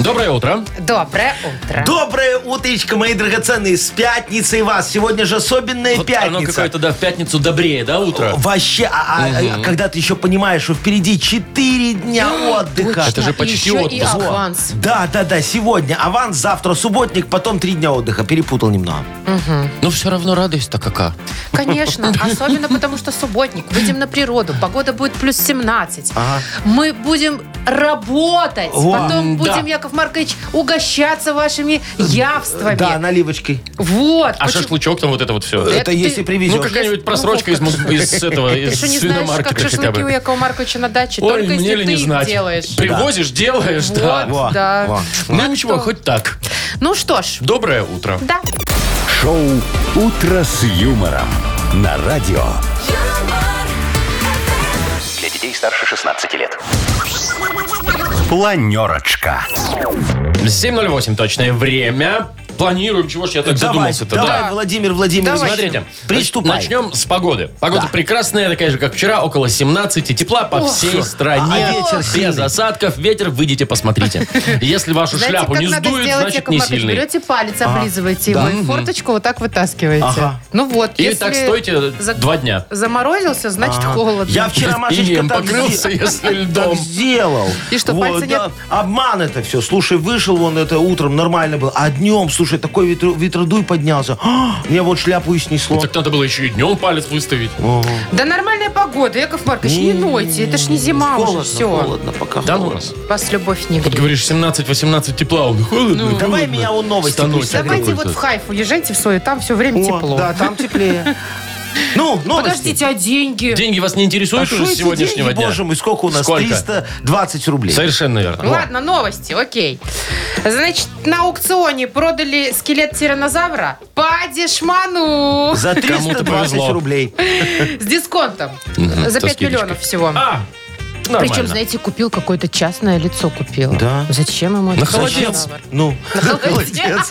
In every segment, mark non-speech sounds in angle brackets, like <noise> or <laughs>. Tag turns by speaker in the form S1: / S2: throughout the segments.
S1: Доброе утро.
S2: Доброе утро.
S3: Доброе утречко, мои драгоценные, с пятницей вас. Сегодня же особенная
S1: Вот
S3: пятница.
S1: Оно какое-то, да, в пятницу добрее, да, утро?
S3: Вообще, а, а- а когда ты еще понимаешь, что впереди 4 дня отдыха.
S1: Это же
S2: И
S1: почти
S2: еще и
S1: отпуск.
S2: аванс.
S3: Да, да, да, сегодня аванс, завтра субботник, потом 3 дня отдыха. Перепутал немного.
S1: Но все Ну, равно радость-то кака.
S2: <laughs> Конечно, особенно потому что субботник. Выйдем на природу, погода будет плюс 17.
S3: Ага.
S2: Мы будем работать.
S3: О,
S2: Потом
S3: м,
S2: будем,
S3: да.
S2: Яков Маркович, угощаться вашими явствами.
S3: Да, наливочкой.
S2: Вот.
S1: А
S2: почему-
S1: шашлычок там вот это вот все.
S2: Э,
S3: Это
S2: ты-
S3: если привезешь.
S1: Ну, какая-нибудь просрочка из, муз- из этого,
S2: Ты
S1: из
S2: что, не знаешь, как
S1: свиномаркета хотя
S2: шашлыки у
S1: бы.
S2: Якова Марковича на даче?
S1: Ой,
S2: Только
S1: мне
S2: если
S1: ли
S2: ты
S1: не
S2: их
S1: знать.
S2: делаешь.
S1: Привозишь, делаешь, да.
S2: Вот, да.
S3: во.
S1: Ну ничего, хоть так.
S2: Ну что ж,
S1: Доброе утро.
S2: да.
S4: Шоу «Утро с юмором» на радио. Для детей старше 16 лет. Планерочка.
S1: 7.08 точное время. Планируем, чего ж я так
S3: Давай,
S1: задумался-то.
S3: давай,
S1: да?
S3: Владимир Владимирович.
S2: Давай.
S1: Смотрите,
S3: Приступай.
S1: начнем с погоды. Погода прекрасная, такая же, как вчера, около 17, тепла по всей стране.
S3: А ветер
S1: без
S3: сильный.
S1: осадков, ветер, выйдите, посмотрите. Если вашу
S2: Знаете,
S1: шляпу
S2: как
S1: не
S2: надо
S1: сдует,
S2: сделать,
S1: значит
S2: Яков
S1: не
S2: Маркович?
S1: сильный.
S2: Берете палец, облизываете его, и форточку вот так вытаскиваете.
S3: Ага.
S2: Ну вот.
S1: И
S2: если
S1: так стойте
S2: за-
S1: два дня.
S2: Заморозился, значит холодно.
S3: Я вчера, Машечка,
S1: Инеем
S3: так
S1: покрылся,
S3: сделал.
S1: если
S3: так
S1: льдом.
S3: сделал.
S2: И что, пальца нет?
S3: Обман это все. Слушай, вышел он это утром, нормально было. А днем, слушай, такой ветру- ветродуй поднялся. А, мне вот шляпу и снесло.
S1: Так надо было еще и днем палец выставить.
S2: Да нормальная погода, Яков Маркович, не нойте. Это ж не зима
S3: М-м-м. холодно,
S2: уже, все.
S3: холодно пока.
S1: Да ну
S3: холодно.
S1: вас.
S2: Вас любовь не
S1: Вот
S2: греет.
S1: говоришь, 17-18 тепла, он
S2: Ну,
S1: холодно,
S3: Давай
S1: холодно.
S3: меня у новости
S1: Станок
S3: пусть согреет.
S2: Давайте вот в хайфу лежайте в свою, там все время
S3: О,
S2: тепло.
S3: Да, там
S2: <laughs>
S3: теплее. Ну, новости.
S2: Подождите, а деньги?
S1: Деньги вас не интересуют
S3: А
S1: уже
S3: шо
S1: с
S3: эти
S1: сегодняшнего
S3: деньги,
S1: дня?
S3: Боже мой, сколько у нас?
S1: Сколько?
S3: 320 рублей.
S1: Совершенно верно.
S2: Ладно, новости, окей. Значит, на аукционе продали скелет тиранозавра по дешману
S3: За
S1: Кому-то
S3: 320
S1: повезло.
S3: рублей.
S2: с дисконтом.
S1: Мгм,
S2: За
S1: со
S2: 5 миллионов всего.
S1: А,
S2: Причем,
S1: нормально.
S2: знаете, купил какое-то частное лицо купил.
S3: Да.
S2: Зачем ему
S1: На
S2: этот
S1: холодец.
S2: тиранозавр?
S3: Ну,
S2: На
S3: <laughs>
S2: холодец.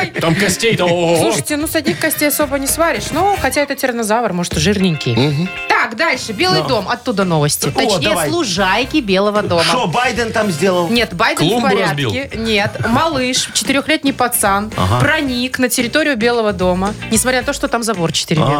S2: Ой,
S1: Там костей-то, ого.
S2: Слушайте, ну с одних костей особо не сваришь. Ну, хотя это тиранозавр, может, и жирненький. Так, дальше. Белый дом. Оттуда новости.
S3: О,
S2: Точнее,
S3: давай.
S2: служайки Белого дома.
S3: что Байден там сделал?
S2: Нет, Байден
S1: Клумбу
S2: в порядке.
S1: разбил.
S2: Нет, малыш, четырехлетний пацан, проник на территорию Белого дома, несмотря на то, что там забор 4 метра.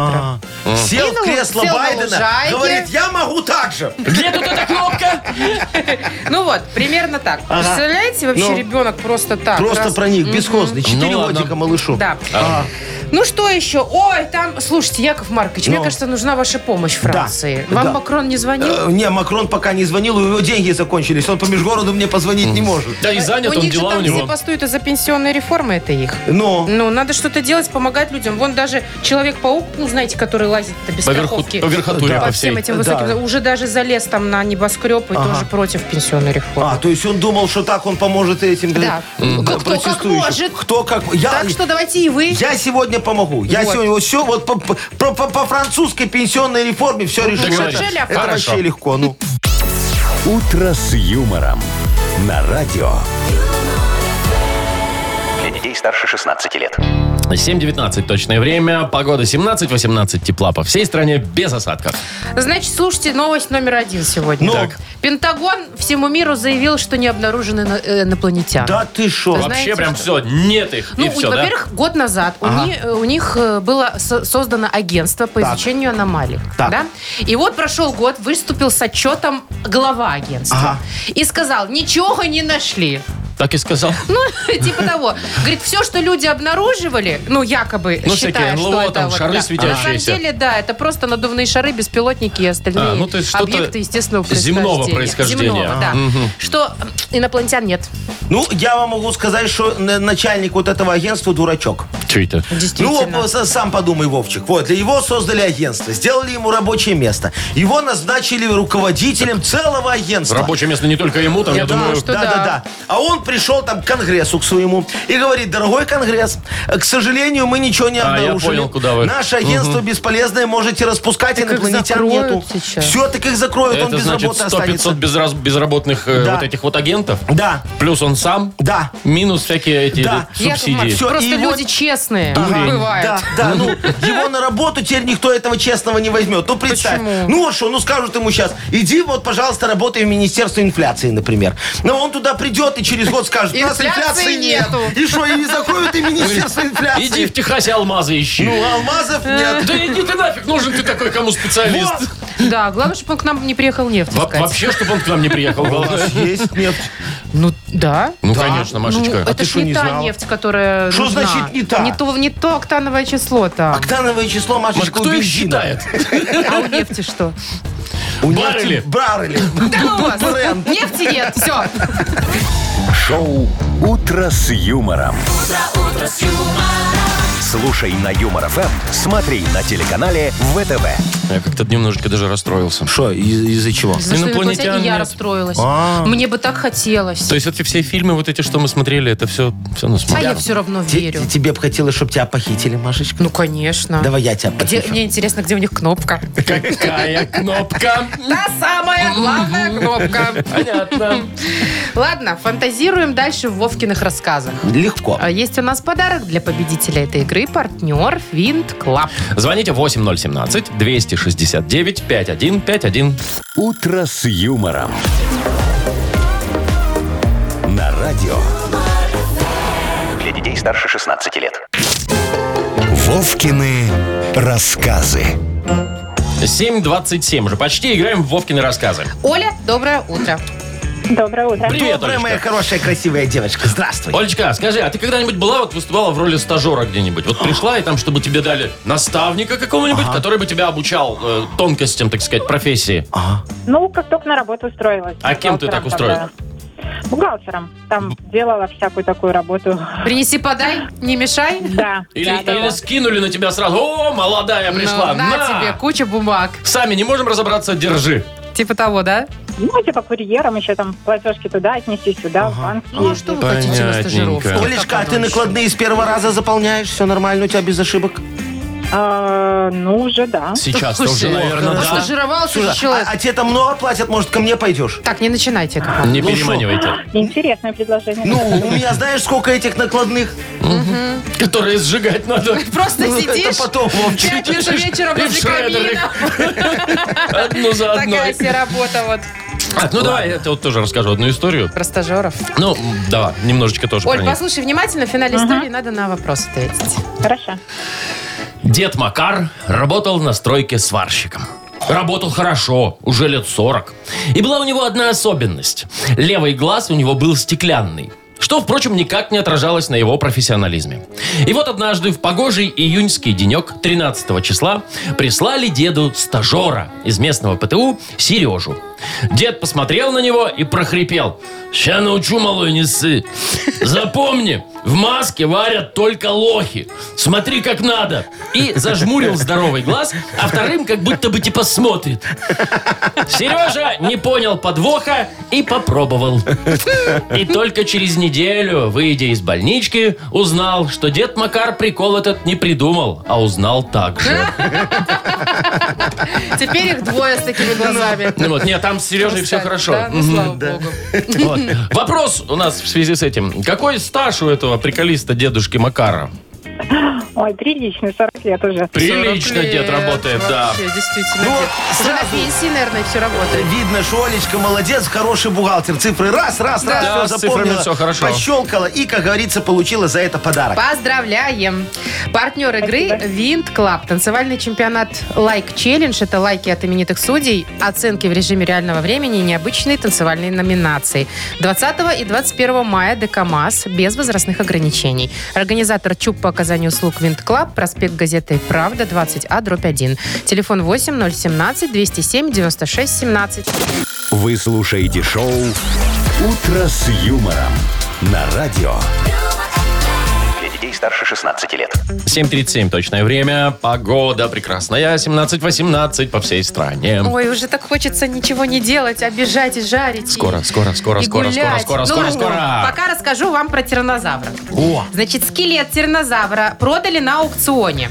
S3: А, Сел
S2: И на
S3: в
S2: лу-
S3: кресло
S2: сел на
S3: Байдена,
S2: лужайке.
S3: говорит, я могу так же.
S1: Где тут эта кнопка?
S2: <laughs> Ну вот, примерно так. Представляете, вообще
S3: Ну.
S2: ребенок просто так.
S3: Просто
S2: раз- Ну
S3: проник, бесхозный. Четыре
S1: ладно.
S3: годика малышу.
S2: Да.
S3: А,
S2: Ну что еще? Ой, там, слушайте, Яков Маркович, мне кажется, нужна ваша помощь Франции. Вам
S3: Ну. Да.
S2: Макрон не звонил?
S3: э, Не, Макрон пока не звонил, у него деньги закончились. Он по межгороду мне позвонить не может.
S1: Да и занят
S2: у
S1: он,
S2: них же
S1: дела
S2: там
S1: у него.
S2: все бастуют из-за пенсионной реформы, это их.
S3: Но
S2: Ну, надо что-то делать, помогать людям. Вон даже Человек-паук, ну, знаете, который лазит без
S1: По верху,
S2: страховки.
S1: по верхотуре,
S3: Да.
S1: по
S2: По
S1: всей.
S2: всем этим высоким...
S3: А, Да.
S2: Уже даже залез там на небоскреб и тоже против пенсионной реформы.
S3: А, то есть он думал, что так он поможет этим
S2: Да.
S3: э,
S2: Кто- кто как
S3: протестующим.
S2: может.
S3: Кто как... Я,
S2: так что давайте и вы.
S3: я сегодня помогу. Я
S2: Вот.
S3: сегодня вот все вот по, по- по- по французской пенсионной реформе
S2: Ну,
S3: все решу.
S1: Договорились.
S3: Это, это
S1: Хорошо.
S3: вообще легко. Ну.
S4: «Утро с юмором» на радио.
S5: Для детей старше 16 лет.
S1: 7.19 точное время. Погода 17-18 тепла по всей стране без осадков.
S2: Значит, слушайте новость номер один сегодня.
S3: Ну.
S1: Так.
S2: Пентагон всему миру заявил, что не обнаружены на- э, инопланетяне.
S3: Да ты
S2: Вы
S3: шо?
S2: знаете,
S1: Вообще прям все, нет их,
S2: Ну,
S1: и
S2: у-
S1: все, да?
S2: во-первых, год назад у ни- э, у них э, было со- создано агентство по изучению аномалий.
S3: Так.
S2: Да? И вот прошел год, выступил с отчетом глава агентства.
S3: Ага.
S2: И сказал, ничего не нашли. <laughs>
S1: Так и сказал.
S2: Ну, типа того. Говорит, все, что люди обнаруживали, ну, якобы,
S1: Ну,
S2: считая,
S1: всякие
S2: что
S1: НЛО,
S2: это
S1: там,
S2: вот,
S1: шары
S2: да.
S1: светящиеся.
S2: На самом деле, да, это просто надувные шары, беспилотники и остальные
S1: А, ну, то есть что-то
S2: объекты естественного происхождения.
S1: земного происхождения.
S2: Земного, да. Что м, инопланетян нет.
S3: Ну, я вам могу сказать, что на- начальник вот этого агентства дурачок.
S1: Че это?
S2: Действительно.
S3: Ну, вот, сам подумай, Вовчик. Вот, для его создали агентство, сделали ему рабочее место. Его назначили руководителем целого агентства.
S1: Рабочее место не только ему, там, я
S2: Я думаю,
S1: думаю,
S2: что
S3: да,
S2: да.
S3: да, да. А он пришел там к Конгрессу к своему и говорит, дорогой Конгресс, э, к сожалению, мы ничего не
S1: А, я
S3: обнаружили.
S1: понял, куда вы.
S3: Наше агентство бесполезное, можете распускать,
S2: Так их
S3: инопланетян
S2: закроют
S3: нету.
S2: сейчас.
S3: Все, так их закроют, он
S1: Это
S3: без
S1: значит
S3: работы
S1: 100-500
S3: останется.
S1: безраз- безработных э,
S3: Да.
S1: вот этих вот агентов.
S3: Да,
S1: Плюс он сам.
S3: да.
S1: Минус всякие эти
S3: Да.
S1: э,
S2: Яков
S1: субсидии.
S2: Маркович,
S3: Всё,
S2: просто
S3: и вот-
S2: люди честные
S1: Дурень.
S2: бывают.
S3: Да, да, ну, его на работу теперь никто этого честного не возьмет. Ну, представь.
S2: Почему?
S3: Ну, вот что, ну, скажут ему сейчас, иди, вот, пожалуйста, работай в Министерстве инфляции, например. Но он туда придет и через год скажет, у нас
S2: Инфляции
S3: инфляции нет.
S2: нету.
S3: И что, и не закроют и Министерство инфляции?
S1: Ну, Иди в Техасе алмазы ищи.
S3: Ну, алмазов
S2: Э.
S3: нет.
S1: Да иди ты нафиг, нужен ты такой, кому специалист.
S3: Вот.
S2: Да, главное, чтобы он к нам не приехал нефть
S1: Во-
S2: искать.
S1: Вообще, чтобы он к нам не приехал.
S3: У
S1: главное.
S3: нас есть нефть.
S2: Ну, да.
S1: Ну, конечно,
S2: Ну,
S1: Машечка.
S2: это
S3: а ты
S2: ж
S3: что,
S2: не,
S3: не
S2: та
S3: знала?
S2: нефть, которая
S3: Что
S2: нужна.
S3: значит не та?
S2: Не то, не то октановое число там.
S3: Октановое число,
S1: Маш,
S3: Машечка,
S1: Кто
S3: у
S1: их
S3: бензина.
S1: считает?
S2: А у нефти что?
S3: У нефти
S1: Баррели?
S3: Баррели.
S2: Да ну вас!
S3: Бренд.
S2: Нефти нет, все.
S4: Шоу «Утро с юмором». Слушай на Юмор ФМ, смотри на телеканале ВТВ.
S1: Я как-то немножечко даже расстроился.
S3: Что, из-за чего?
S2: За что
S1: Инопланетян
S2: инопланетяне ну, я
S1: нет.
S2: расстроилась.
S3: А.
S2: Мне бы так хотелось.
S1: То есть эти все фильмы, вот эти, что мы смотрели, это все, все на
S2: А я
S1: смотрели.
S2: все равно верю.
S3: Тебе бы хотелось, чтобы тебя похитили, Машечка?
S2: Ну, конечно.
S3: Давай я тебя
S2: Где-
S3: похищу.
S2: мне интересно, где у них кнопка.
S1: Какая кнопка?
S2: Та самая главная кнопка.
S1: Понятно.
S2: Ладно, фантазируем дальше в Вовкиных рассказах.
S3: Легко.
S2: А Есть у нас подарок для победителя этой игры. Партнер Винт Клаб.
S1: Звоните 8017-269-5151.
S4: «Утро с юмором». На радио
S5: Для детей старше 16 лет.
S4: «Вовкины рассказы».
S1: 7.27 уже. Почти играем в Вовкины рассказы.
S2: Оля, доброе утро.
S6: Доброе утро.
S1: Привет,
S3: Добрая моя
S1: Олечка.
S3: хорошая, красивая девочка. Здравствуй.
S1: Олечка, скажи, а ты когда-нибудь была, вот выступала в роли стажера где-нибудь? Вот пришла и там, чтобы тебе дали наставника какого-нибудь, который бы тебя обучал э, тонкостям, так сказать, профессии.
S3: Ага.
S6: Ну, как только на работу устроилась.
S1: А кем ты так
S6: Бухгалтером тогда. Бухгалтером. Там делала всякую такую работу.
S2: Принеси, подай, не мешай.
S6: Да.
S1: Или,
S6: да, да,
S1: или
S6: да.
S1: скинули на тебя сразу. О, молодая пришла.
S2: Ну, на, тебе куча бумаг.
S1: Сами не можем разобраться, держи.
S2: Типа того, да?
S6: Ну, типа курьером еще там платежки туда отнести, сюда, в банк.
S2: Ну, а что вы хотите на
S1: Понятненько.
S2: стажировку?
S3: Олечка, а ты накладные с первого раза заполняешь? Все нормально у тебя без ошибок?
S6: А, ну, уже да.
S1: Сейчас
S2: Слушай,
S1: уже, наверное,
S2: ну,
S1: да.
S2: стажировался
S3: Слушай,
S2: же человек.
S3: а, а тебе там много платят? Может, ко мне пойдешь?
S2: Так, не начинайте. Яков Маркович.
S1: Не
S3: Ну, шо?
S1: переманивайте.
S6: Интересное предложение.
S3: Ну, у меня знаешь, сколько этих накладных?
S1: Которые сжигать надо.
S2: Просто
S3: Ну, это
S2: сидишь
S3: потом,
S2: в
S3: Вовчик.
S2: пятницу вечером
S1: И в
S2: возле
S1: шредере.
S2: камина.
S1: Одну за
S2: Такая
S1: одной.
S2: себе работа вот
S1: Так, ну давай, я тебе вот тоже расскажу одну историю.
S2: про стажеров.
S1: Ну, давай, немножечко тоже про
S2: Оль,
S1: них.
S2: послушай внимательно, в финале истории надо на вопрос ответить.
S6: Хорошо.
S1: Дед Макар работал на стройке сварщиком. Работал хорошо, уже лет 40. И была у него одна особенность. Левый глаз у него был стеклянный. Что, впрочем, никак не отражалось на его профессионализме. И вот однажды в погожий июньский денек 13 числа прислали деду стажера из местного ПТУ Сережу. Дед посмотрел на него и прохрипел. «Ща научу, малой, не ссы. Запомни, в маске варят только лохи. Смотри, как надо!» И зажмурил здоровый глаз, а вторым как будто бы типа смотрит. Сережа не понял подвоха и попробовал. И только через неделю, выйдя из больнички, узнал, что дед Макар прикол этот не придумал, а узнал так же.
S2: Теперь их двое с такими глазами.
S1: Ну вот, нет, там с Сережей все
S2: Пускай,
S1: хорошо.
S2: да? Ну,
S1: Мгм.
S2: слава богу.
S1: Вот. <laughs> Вопрос у нас в связи с этим. Какой стаж у этого приколиста дедушки Макара?
S6: Ой, прилично, 40 лет уже.
S2: 40
S1: Прилично
S2: лет
S1: дед работает, да.
S2: вообще, действительно.
S3: Ну,
S2: дед. Уже
S3: сразу-
S2: на пенсии, наверное, все работает.
S3: Видно, что Олечка молодец, хороший бухгалтер. Цифры раз, раз, раз,
S1: Да,
S3: все
S1: с цифрами
S3: запомнила.
S1: всё хорошо.
S3: Пощелкала и, как говорится, получила за это подарок.
S2: Поздравляем! Партнер игры
S6: Спасибо.
S2: Винт Клаб. Танцевальный чемпионат Лайк Челлендж. Это лайки от именитых судей, оценки в режиме реального времени и необычные танцевальные номинации. 20 и 21 мая ДКМАЗ без возрастных ограничений. Организатор ЧУП по оказанию услуг Винт Клаб, проспект газеты «Правда», 20А, дробь 1. Телефон 8017 207 96 17.
S4: Вы слушаете шоу «Утро с юмором» на радио
S5: Для детей детей старше 16 лет.
S1: 7.37 точное время. Погода прекрасная. 17-18 по всей стране.
S2: Ой, уже так хочется ничего не делать, а бежать и жарить. и-
S1: Скоро, скоро, скоро,
S2: и
S1: скоро, скоро,
S2: гулять.
S1: скоро,
S2: Ну,
S1: скоро, скоро.
S2: Пока расскажу вам про тиранозавра.
S3: О,
S2: Значит, скелет тиранозавра продали на аукционе.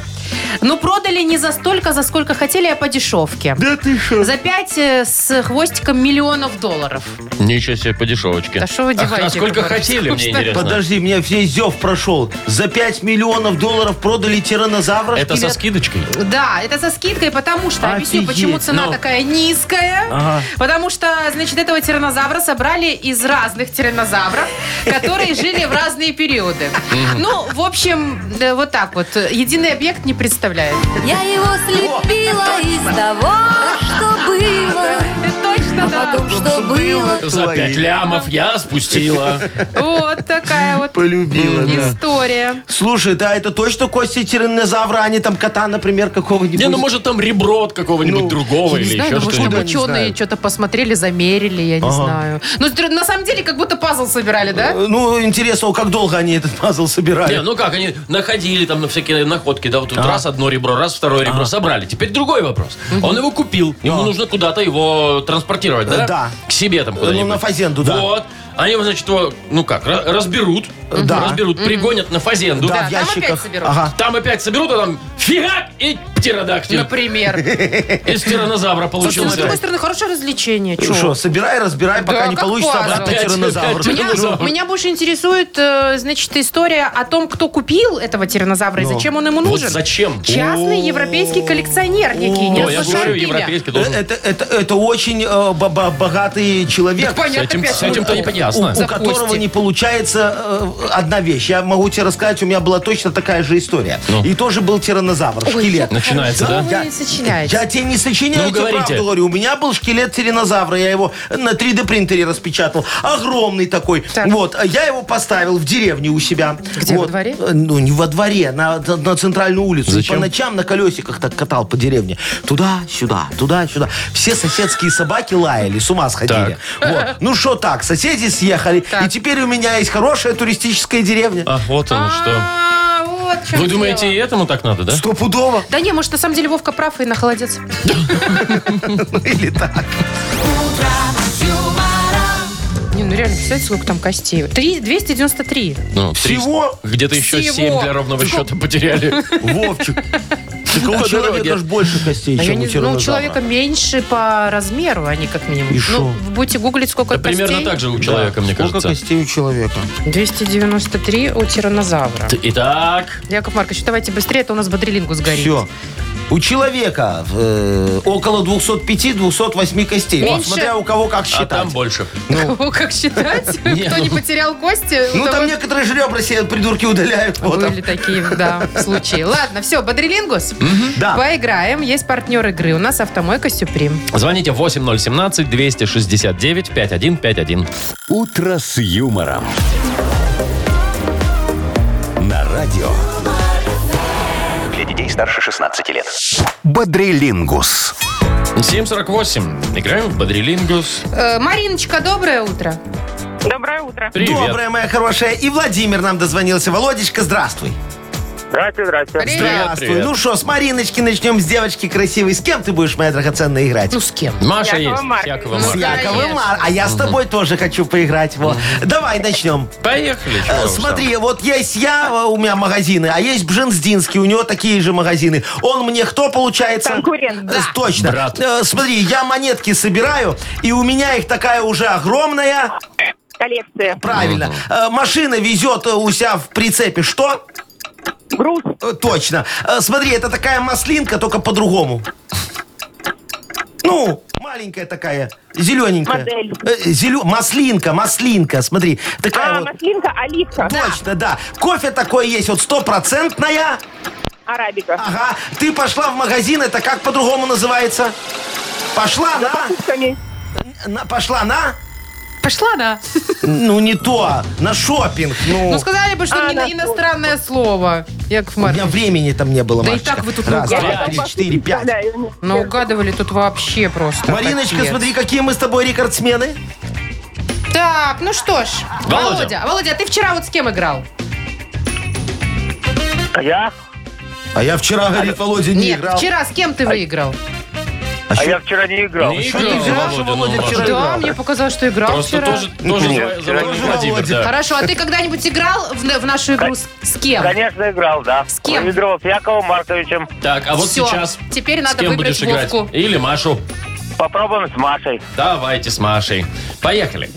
S2: Ну, продали не за столько, за сколько хотели, а по дешевке.
S3: да ты шо?
S2: За 5 с хвостиком миллионов долларов.
S1: Ничего себе, по дешевочке.
S2: Да что вы
S1: А-
S2: деваете,
S1: А сколько
S2: Яков Маркович?
S1: хотели, мне
S2: Скучно.
S1: интересно.
S3: Подожди, мне весь зев прошел. За 5 миллионов долларов продали тиранозавра.
S1: Это со
S3: шкелет.
S1: скидочкой?
S2: Да, это со скидкой, потому что, объясню,
S3: Офигеть,
S2: почему цена
S1: ну.
S2: такая низкая.
S3: Ага.
S2: Потому что, значит, этого тиранозавра собрали из разных тиранозавров, которые жили в разные периоды. Ну, в общем, э, вот так вот. Единый объект не представляет.
S7: Я его слепила из того, что было.
S2: Точно,
S7: О
S2: да.
S7: том, что было.
S1: За
S3: Твои.
S1: пять лямов я спустила.
S2: Вот такая вот
S3: Полюбила, да.
S2: история.
S3: Слушай, да, это точно кости тиранозавра, а не там кота, например, какого-нибудь.
S1: Не, ну может там ребро от какого-нибудь
S3: Ну,
S1: другого
S2: Не
S1: или
S2: знаю,
S1: еще
S2: ну, может, там
S1: что-нибудь.
S3: что-нибудь.
S2: ученые
S3: знаю.
S2: что-то посмотрели, замерили, я не знаю. Ну, на самом деле, как будто пазл собирали, да?
S3: Э, Ну, интересно, как долго они этот пазл собирали?
S1: Не, ну как, они находили там на всякие находки, да, вот
S3: А.
S1: тут раз одно ребро, раз второе ребро собрали. Теперь другой вопрос. Он его купил, ему нужно куда-то его транспортировать, да?
S3: Э, да.
S1: К себе там
S3: Ну,
S1: куда-нибудь.
S3: на фазенду, да.
S1: Вот. Они его, значит, его, ну как, ра- разберут,
S3: Да.
S1: разберут, пригонят на фазенду.
S3: Да,
S2: да,
S3: в
S2: там
S3: ящиках.
S2: опять соберут.
S3: Ага.
S1: Там опять соберут, а там фигак и
S3: э,
S1: птеродактиль.
S2: Например.
S1: Из тиранозавра
S2: Слушайте, ну, с
S1: получился.
S2: другой стороны, хорошее развлечение.
S3: Ну
S2: чё?
S3: Что, собирай, разбирай,
S2: Да,
S3: пока не
S2: как
S3: получится
S2: пазл.
S3: обратно
S1: Опять,
S3: тиранозавр.
S1: опять
S2: Меня,
S1: Тиранозавр.
S2: меня больше интересует, э, значит, история о том, кто купил этого тиранозавра и зачем он ему
S1: Вот
S2: нужен.
S1: зачем?
S2: Частный европейский коллекционер некий, не
S1: О, я говорю, европейский
S3: Э,
S1: должен.
S3: Это, это, это очень э, ба- ба- богатый человек.
S2: Так понятно,
S1: С этим-
S2: опять
S1: с этим-то
S2: мы-
S1: не понятно.
S3: у
S2: За
S3: которого
S2: кости.
S3: не получается э, одна вещь. Я могу тебе рассказать, у меня была точно такая же история.
S1: Ну.
S3: И тоже был тиранозавр, шкелет.
S1: Начинается,
S2: Что
S1: да?
S2: вы не сочиняете?
S3: Я тебе не сочиняю,
S1: Ну,
S3: я тебе
S1: говорите.
S3: правду говорю. У меня был шкелет тиранозавра, я его на 3D принтере распечатал. Огромный такой.
S2: Так.
S3: Вот, а я его поставил в деревне у себя.
S2: Где, во
S3: Вот.
S2: дворе?
S3: Э, Ну, не во дворе, на, на- на центральную улицу. И
S1: Зачем?
S3: По ночам на колесиках так катал по деревне. Туда-сюда, туда-сюда. Все соседские собаки лаяли, с ума сходили. Вот. Ну что так, соседи съехали,
S2: Так.
S3: и теперь у меня есть хорошая туристическая деревня.
S1: А вот оно что.
S2: А, вот в чём
S1: Вы
S2: дело.
S1: думаете, и этому так надо, да?
S3: Стопудово. <laughs>
S2: Да не, может, на самом деле Вовка прав и на холодец.
S3: Или так.
S2: Не, ну реально, представляете, сколько там костей? Три, 293.
S1: Ну,
S3: Всего?
S1: три- Где-то еще
S2: Всего.
S1: 7 для ровного счета потеряли.
S3: Вовчик. Так у
S1: По
S3: человека
S1: дороге.
S3: ж больше костей,
S2: А я
S3: чем
S2: не
S3: у
S2: знаю, ну, у
S3: тиранозавра.
S2: человека меньше по размеру, они как минимум.
S3: И
S2: ну,
S3: шо?
S2: вы будете гуглить, сколько
S1: Да Примерно
S2: костей.
S1: так же у человека, мне
S3: Сколько
S1: кажется.
S3: костей у человека?
S2: 293 у тиранозавра.
S1: Т- Итак,
S2: Яков Маркович, давайте быстрее, а то у нас бодрилингу сгорит.
S3: Все. У человека э, около 205-208 костей.
S2: Меньше.
S3: Смотря у кого как
S1: а
S3: считать.
S1: там больше.
S2: <laughs> Кого как считать?
S3: <laughs>
S1: Не,
S2: Кто не
S1: ну-
S2: потерял кости? у
S3: ну,
S2: того-
S3: там некоторые же ребра себе придурки удаляют. Вот там.
S2: Были такие,
S3: <laughs>
S2: да, случаи. Ладно, все, бодрилингус. А.
S3: Да.
S2: Поиграем. Есть партнер игры. У нас автомойка Сюприм.
S1: Звоните 8017-269-5151.
S4: «Утро с юмором». На радио
S5: Для детей старше 16 лет.
S4: «Бодрилингус».
S1: 748. Играем в Бодрилингус.
S2: Э, Мариночка, доброе утро.
S6: Доброе утро.
S1: Привет.
S3: Добрая моя хорошая. И Владимир нам дозвонился. Володечка, здравствуй.
S8: Здрасте, здрасте.
S2: Привет.
S3: здравствуй.
S1: привет.
S3: Ну что, с Мариночки начнем, с девочки красивой. С кем ты будешь, моя драгоценная, играть?
S2: Ну с кем?
S1: Маша
S6: Якова
S1: есть.
S6: Марковича.
S1: Якова
S2: Ну,
S3: с
S1: Марковича.
S2: да.
S3: Яковым.
S2: конечно.
S3: А а я с тобой тоже хочу поиграть. Во. Давай начнем.
S1: Поехали. чего
S3: Э,
S1: уж там.
S3: Смотри, вот есть я, э, у меня магазины, а есть Бженздинский, у него такие же магазины. Он мне кто получается?
S6: Конкурент.
S3: Э, Точно.
S1: Брат.
S3: Э, Смотри, я монетки собираю, и у меня их такая уже огромная.
S6: Коллекция.
S3: Правильно. Э, Машина везет э, у себя в прицепе что?
S6: Груз.
S3: Э, Точно. Э, Смотри, это такая маслинка, только по-другому. Ну, маленькая такая, зелененькая.
S6: Модель.
S3: Э, зелё- Маслинка, маслинка, смотри. Такая
S6: А,
S3: вот.
S6: маслинка, оливка,
S3: Точно, да. Кофе такое есть, вот стопроцентная.
S6: арабика.
S3: Ага. Ты пошла в магазин, это как по-другому называется? Пошла на...
S6: Покупками.
S3: на- пошла на...
S2: Пошла, да.
S3: Ну, не то. На шопинг. Ну,
S2: Ну сказали бы, что
S6: А,
S2: не-
S6: да.
S2: иностранное слово. Яков
S3: у меня
S2: Маркович.
S3: времени там не было,
S2: Да и
S3: Машечка.
S2: так вы тут
S3: Раз,
S2: наугад-
S3: два, три, четыре, пять.
S6: Да, и у них
S2: Но угадывали тут вообще просто.
S3: Мариночка,
S2: капец.
S3: смотри, какие мы с тобой рекордсмены.
S2: Так, ну что ж.
S1: Володя.
S2: Володя, Володя, а ты вчера вот с кем играл?
S8: А я?
S3: А я вчера, говорит, Володя, не
S2: Нет,
S3: играл.
S2: вчера с кем ты выиграл?
S8: А я вчера не играл.
S1: Не
S3: Чё ты
S1: играл,
S3: взяла,
S1: Володя,
S3: что
S1: ну,
S3: Володя
S1: ладно.
S3: вчера
S2: Да,
S3: играл?
S2: мне показалось, что играл
S1: Просто
S2: вчера.
S1: тоже,
S3: Ну,
S1: тоже
S8: Нет,
S1: звонил
S8: тоже
S1: Владимир,
S3: Володя.
S1: да.
S2: Хорошо, а ты когда-нибудь играл в, в нашу игру с, с кем?
S8: Конечно, играл, да.
S2: С кем?
S8: Проигрывал с Яковом Марковичем.
S1: Так, а вот
S2: Всё,
S1: сейчас
S2: теперь надо
S1: с кем
S2: выбрать
S1: будешь играть?
S2: Вовку.
S1: Или Машу.
S8: Попробуем с Машей.
S1: Давайте с Машей. Поехали.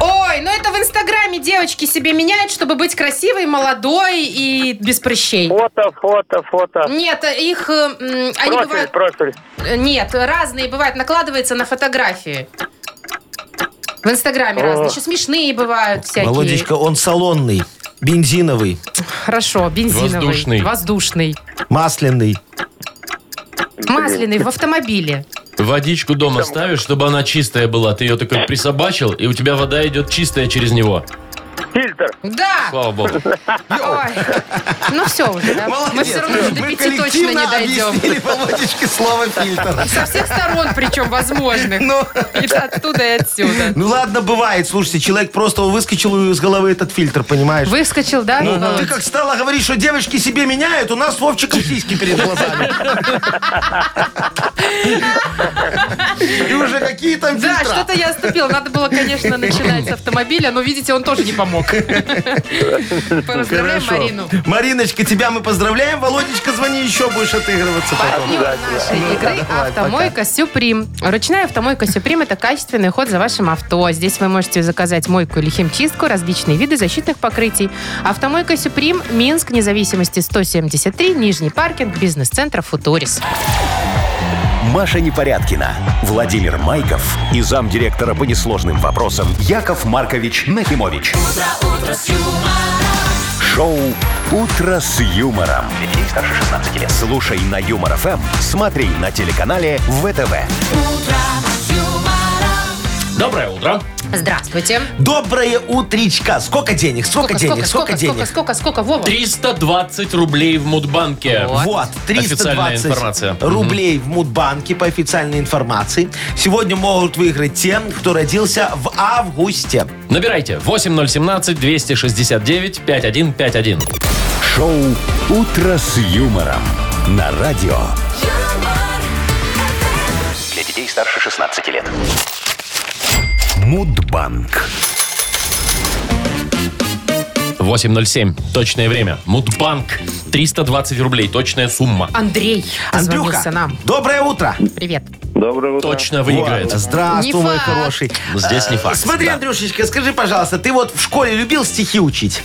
S2: Ой, ну это в Инстаграме девочки себе меняют, чтобы быть красивой, молодой и без прыщей.
S8: Фото, фото, фото.
S2: Нет, их... э, м, Они
S8: Профиль,
S2: бывают...
S8: профиль.
S2: э, Нет, разные бывают. Накладывается на фотографии. В Инстаграме разные. Еще смешные бывают всякие.
S3: Володечка, он салонный, бензиновый,
S2: Хорошо, бензиновый.
S1: Воздушный.
S2: Воздушный.
S3: масляный.
S2: Масляный в автомобиле.
S1: Водичку дома ставишь, чтобы она чистая была. Ты ее
S3: Э.
S1: такой присобачил, и у тебя вода идет чистая через него.
S8: Фильтр.
S2: Да!
S1: Слава
S3: <laughs>
S1: богу.
S2: Ой. Ну все уже, да? Мы все равно же до
S3: Мы
S2: пяти точно не
S3: коллективно
S2: дойдем.
S3: объяснили Володечке
S2: <laughs>
S3: слово фильтр.
S2: Со всех сторон, причем возможных.
S3: Ну.
S2: И оттуда, и отсюда.
S3: Ну ладно, бывает. Слушайте, человек просто выскочил из головы этот фильтр, понимаешь?
S2: Выскочил, да? Володь?
S3: ну, Ты как стала говорить, что девочки себе меняют, у нас с Вовчиком сиськи перед глазами. И уже какие там
S2: Да,
S3: фильтра.
S2: что-то я оступила. Надо было, конечно, начинать с автомобиля, но, видите, он тоже не
S3: <laughs>
S2: помог. Поздравляем
S3: Хорошо.
S2: Марину.
S3: Мариночка, тебя мы поздравляем. Володечка, звони еще, будешь отыгрываться потом.
S2: Партнер нашей
S3: Ну,
S2: игры «Автомойка Сюприм». Ручная «Автомойка Сюприм» — это качественный уход за вашим авто. Здесь вы можете заказать мойку или химчистку, различные виды защитных покрытий. «Автомойка Сюприм», Минск, независимости 173, Нижний паркинг, бизнес-центр «Футурис».
S4: Маша Непорядкина, Владимир Майков и замдиректора по несложным вопросам Яков Маркович Нахимович. Шоу Утро с юмором. Детей старше 16 лет. Слушай на юмор ФМ, смотри на телеканале ВТВ.
S1: Доброе утро.
S2: Здравствуйте.
S3: Доброе утречка. Сколько денег? Сколько, денег? Сколько,
S2: сколько,
S3: денег?
S2: сколько, сколько, сколько, Вова?
S1: 320 рублей в Мудбанке.
S2: Вот.
S3: Вот,
S1: Официальная
S3: 320
S1: информация.
S3: рублей в Мудбанке по официальной информации. Сегодня могут выиграть те, кто родился в августе.
S1: Набирайте 8017-269-5151.
S4: Шоу Утро с юмором на радио.
S5: Для детей старше 16 лет.
S4: Мудбанк.
S1: 8.07. Точное время. Мудбанк. 320 рублей. Точная сумма.
S2: Андрей
S3: Андрюха,
S2: позвонился нам.
S3: доброе утро.
S2: Привет.
S1: Точно выиграет. Ну,
S3: Вот, Здравствуй,
S2: Не
S3: мой
S2: факт.
S3: хороший.
S1: Здесь не факт.
S3: Смотри,
S1: Да.
S3: Андрюшечка, скажи, пожалуйста, ты вот в школе любил стихи учить?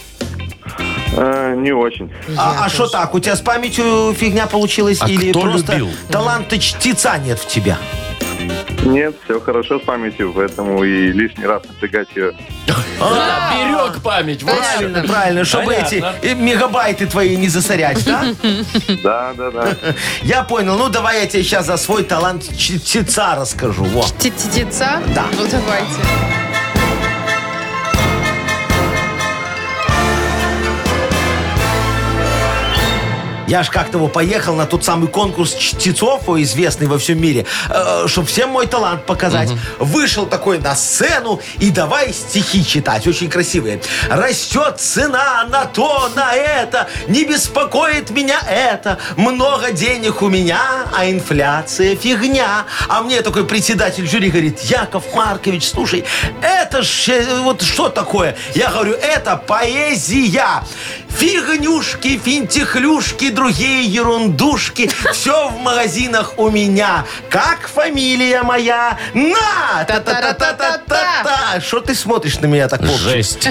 S8: Э, не очень.
S3: А а что так? У тебя с памятью фигня получилась?
S1: А
S3: или
S1: кто
S3: просто
S1: любил?
S3: таланта чтеца нет в тебе?
S8: Нет, все хорошо с памятью, поэтому и лишний раз напрягать ее.
S1: А, берег память. Вот
S3: Правильно, правильно, чтобы эти
S1: Понятно.
S3: э, мегабайты твои не засорять, да?
S9: Хм.
S8: Да, да, да.
S3: Я понял. Ну, давай я тебе сейчас за свой талант чтеца расскажу. Во.
S2: Тетица?
S3: Да.
S2: Ну давайте.
S3: Я ж как-то вот поехал на тот самый конкурс чтецов, о, известный во всем мире, чтобы всем мой талант показать. Вышел такой на сцену и давай стихи читать, очень красивые. Растет цена на то, на это, не беспокоит меня это, много денег у меня, а инфляция фигня. А мне такой председатель жюри говорит, Яков Маркович, слушай, это ж, э, вот что такое? Я говорю, это поэзия. Фигнюшки, финтихлюшки, другие ерундушки. Все в магазинах у меня. Как фамилия моя? На! Та-та-та-та-та-та! Что ты смотришь на меня так вообще? <laughs>
S1: Жесть.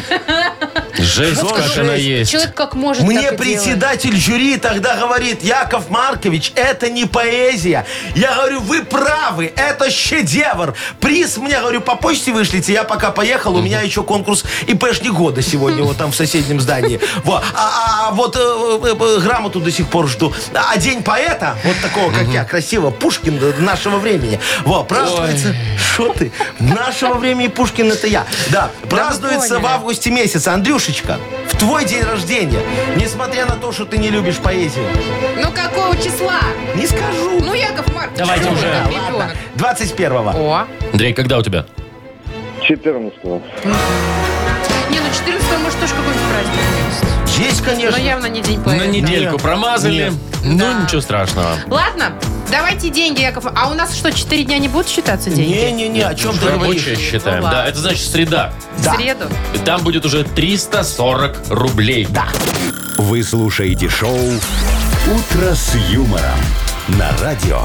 S1: Жесть,
S3: Вот
S1: как
S3: жесть.
S1: она есть.
S2: Человек как может
S3: Мне
S2: так и делает.
S3: председатель жюри тогда говорит, Яков Маркович, это не поэзия. Я говорю, вы правы, это щедевр. Приз мне, говорю, по почте вышлите, я пока поехал, у меня еще конкурс ИПшник года сегодня вот там в соседнем здании. Во. А, а вот э, э, э, грамоту до сих пор жду. А день поэта, вот такого, как я, красиво, Пушкин э, нашего времени. Во, празднуется. Что ты? Нашего времени Пушкин это я. Да, празднуется в
S2: поняли.
S3: августе месяце. Андрюшечка, в твой день рождения, несмотря на то, что ты не любишь поэзию,
S2: Ну какого числа?
S3: не скажу.
S2: Ну, Яков Маркович.
S1: Давайте
S2: что вы
S1: уже.
S2: там,
S3: Ладно,
S2: ребенок?
S3: 21-го.
S2: О.
S1: Андрей, когда у тебя?
S8: 14
S2: Не, ну 14 может тоже какой-нибудь праздник есть.
S3: Есть,
S2: Но
S3: конечно.
S2: явно не день
S1: На
S2: поэта.
S1: недельку
S3: Нет.
S1: промазали.
S3: Нет.
S1: Ну,
S2: Да.
S1: ничего страшного.
S2: Ладно, давайте деньги, Яков. А у нас что, 4 дня не будут считаться деньги?
S3: Не-не-не, о чем ты
S1: Рабочие
S3: говоришь?
S1: считаем.
S2: Ну,
S1: Да,
S2: ладно.
S1: это значит среда.
S2: В среду.
S1: И Там будет уже 340 рублей. Да.
S4: Вы слушаете шоу «Утро с юмором» на радио.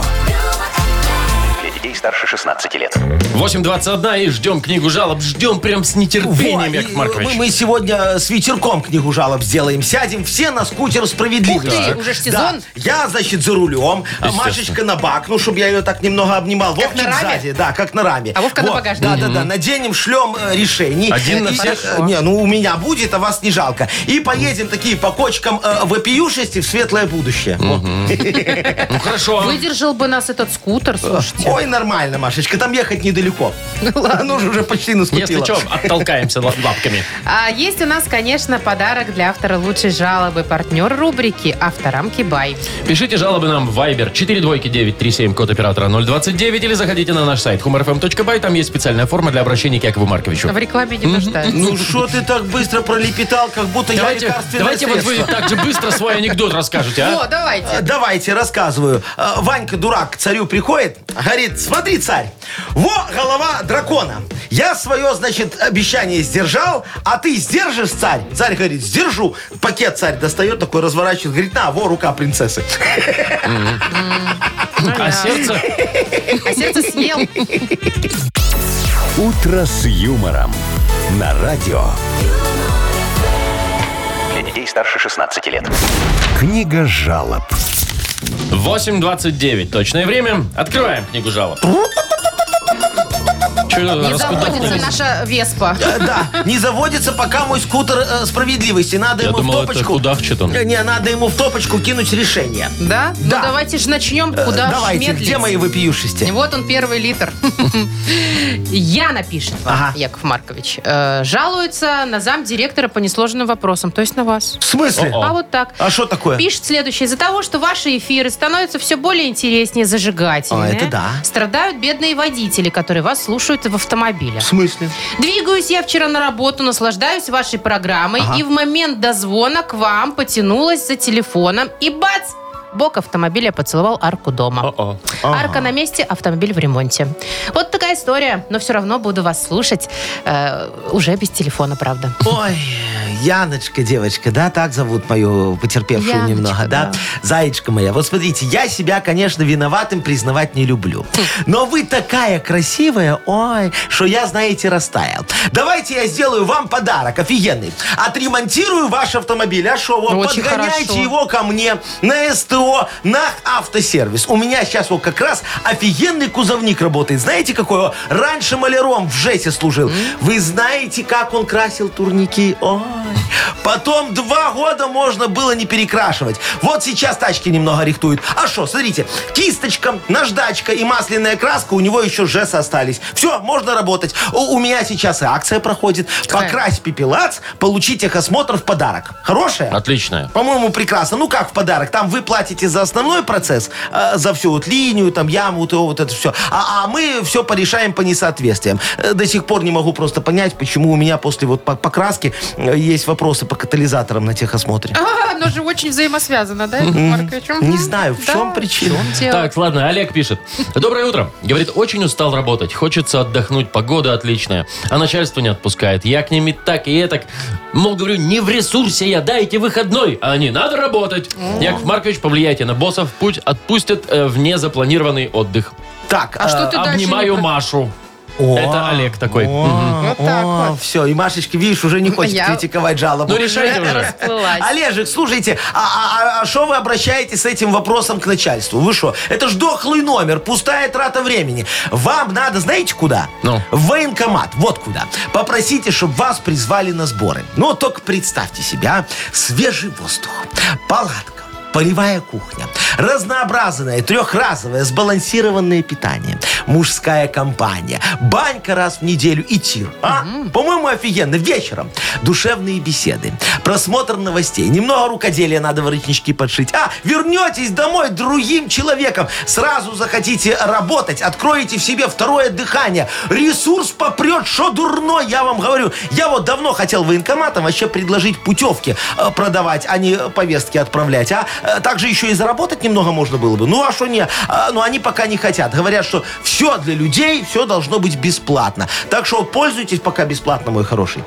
S5: Для детей старше 16 лет.
S1: 8.21 и ждем книгу жалоб. Ждем прям с нетерпением,
S3: Во,
S1: Яков
S3: и э,
S1: Маркович.
S3: Мы, мы сегодня с ветерком книгу жалоб сделаем. Сядем все на скутер справедливости.
S2: Ух ты, уже ж сезон.
S3: Да. Я, значит, за рулем, а
S1: Естественно.
S3: Машечка на бак, ну, чтобы я ее так немного обнимал.
S2: Как
S3: Вовчик
S2: на раме?
S3: сзади, да, как на раме.
S2: А Вовка на багажнике.
S3: Да, да, да. Наденем шлем э, решений.
S1: Один на
S3: И,
S1: всех?
S3: э, Не, ну, у меня будет, а вас не жалко. И поедем такие по кочкам э, вопиюшести в светлое будущее.
S1: Ну хорошо.
S2: Выдержал бы нас этот скутер, слушайте.
S3: Ой, нормально, Машечка, там ехать недалеко. Ну, уже почти
S1: Если
S3: наступило.
S1: что, оттолкаемся лап- лапками.
S2: А есть у нас, конечно, подарок для автора лучшей жалобы. Партнер рубрики «Авторамки Бай».
S1: Пишите жалобы нам в Viber 42937, код оператора 029, или заходите на наш сайт humorfm.by, там есть специальная форма для обращения к Якову Марковичу.
S2: В рекламе не нуждаюсь.
S3: Ну, что ты так быстро пролепетал, как будто я
S1: Давайте,
S3: лекарственное
S1: давайте вот вы
S3: средство?
S1: так же быстро свой анекдот расскажете,
S2: О,
S1: а?
S3: Э,
S2: давайте.
S3: Давайте, рассказываю. Э, Ванька, дурак, к царю приходит, говорит, смотри, царь, во голова дракона. Я свое, значит, обещание сдержал, а ты сдержишь, царь? Царь говорит, сдержу. Пакет царь достает, такой разворачивает, говорит, на, во, рука принцессы. <laughs>
S1: А сердце...
S2: А сердце съел.
S4: «Утро с юмором» на радио.
S5: Для детей старше 16 лет.
S4: Книга жалоб.
S1: 8.29. Точное время. Открываем книгу жалоб. Че
S2: Не заводится
S1: раскудахнулись?
S2: наша Веспа.
S3: Э, Да, не заводится пока мой скутер э, справедливости. Надо
S1: Я
S3: ему в
S1: думал, это
S3: топочку...
S1: кудахчет он.
S3: Э, Не, надо ему в топочку кинуть решение.
S2: Да? Ну
S3: Да.
S2: давайте же начнем,
S3: Э,
S2: куда ж
S3: Давайте,
S2: медлить.
S3: где мои выпиющести?
S2: Вот он, первый литр. <laughs> Я напишет вам,
S3: Ага.
S2: Яков Маркович. Э, Жалуется на замдиректора по несложным вопросам, то есть на вас.
S3: В смысле?
S1: О.
S2: А вот так.
S3: А что такое?
S2: Пишет следующее. Из-за того, что ваши эфиры становятся все более интереснее, зажигательнее,
S3: А, это да.
S2: страдают бедные водители, которые вас слушают в автомобиле.
S3: В смысле?
S2: Двигаюсь я вчера на работу, наслаждаюсь вашей программой, и в момент дозвона к вам потянулась за телефоном, и бац! Бок автомобиля поцеловал арку дома.
S1: О-о.
S2: Арка на месте, автомобиль в ремонте. Вот такая история, но все равно буду вас слушать. э, уже без телефона, правда.
S3: Ой, Яночка, девочка, да, так зовут мою потерпевшую
S2: Яночка,
S3: немного,
S2: да.
S3: да? Заячка моя, вот смотрите, я себя, конечно, виноватым признавать не люблю. Но вы такая красивая, ой, что я, знаете, растаял. Давайте я сделаю вам подарок офигенный. Отремонтирую ваш автомобиль, а что, вот
S2: Ну, Очень
S3: подгоняйте
S2: хорошо.
S3: его ко мне на СТО, на автосервис. У меня сейчас вот как раз офигенный кузовник работает. Знаете, какой? О, Раньше маляром в ЖЭСе служил. Вы знаете, как он красил турники? Ой. Потом два года можно было не перекрашивать. Вот сейчас тачки немного рихтуют. А что, смотрите, кисточка, наждачка и масляная краска у него еще ЖЭСы остались. Все, можно работать. У, у меня сейчас и акция проходит.
S2: Какая?
S3: Покрась пепелац, получи техосмотр в подарок. Хорошая?
S1: Отлично.
S3: По-моему, прекрасно. Ну как в подарок? Там вы платите за основной процесс, э, за всю вот линию, там яму, то вот это все. А, а мы все порешаем по несоответствиям. Э, До сих пор не могу просто понять, почему у меня после вот по- покраски э, есть вопросы по катализаторам на техосмотре.
S2: А, оно же очень взаимосвязано, да, Яков Маркович?
S3: Не знаю, в
S2: Да.
S3: чем причина.
S2: В чем дело?
S1: Так, ладно, Олег пишет. Доброе утро. Говорит, очень устал работать, хочется отдохнуть, погода отличная, а начальство не отпускает. Я к ними так и этак. Мол, говорю, не в ресурсе я, дайте выходной, а не надо работать. Яков Маркович, повлияйте на боссов, путь отпустят э, в незапланированный отдых.
S3: Так, э,
S2: А что ты дальше не
S1: Обнимаю
S2: про-
S1: Машу.
S3: О,
S1: Это Олег такой. Мгм.
S3: о,
S2: Вот так
S3: о, Все, и Машечка, видишь, уже
S1: <laughs>
S3: не хочет
S2: Я-
S3: критиковать жалобу.
S1: Ну решайте уже.
S2: Расплылась.
S3: Олежек, слушайте, а что вы обращаетесь с этим вопросом к начальству? Вы что? Это ж дохлый номер, пустая трата времени. Вам надо, знаете, куда?
S1: Ну.
S3: В военкомат, вот куда. Попросите, чтобы вас призвали на сборы. Ну, Но только представьте себя, свежий воздух, палатка, полевая кухня, Разнообразное, трехразовое, сбалансированное питание. Мужская компания. Банька раз в неделю и тир. А? По-моему, офигенно. Вечером. Душевные беседы. Просмотр новостей. Немного рукоделия надо воротнички подшить. А, вернетесь домой другим человеком. Сразу захотите работать. Откроете в себе второе дыхание. Ресурс попрет, что дурно, я вам говорю. Я вот давно хотел военкоматам вообще предложить путевки э, продавать, а не повестки отправлять. А Э, также еще и заработать немного можно было бы. Ну а что не? А, ну они пока не хотят. Говорят, что все для людей, все должно быть бесплатно. Так что пользуйтесь пока бесплатно, мой хороший.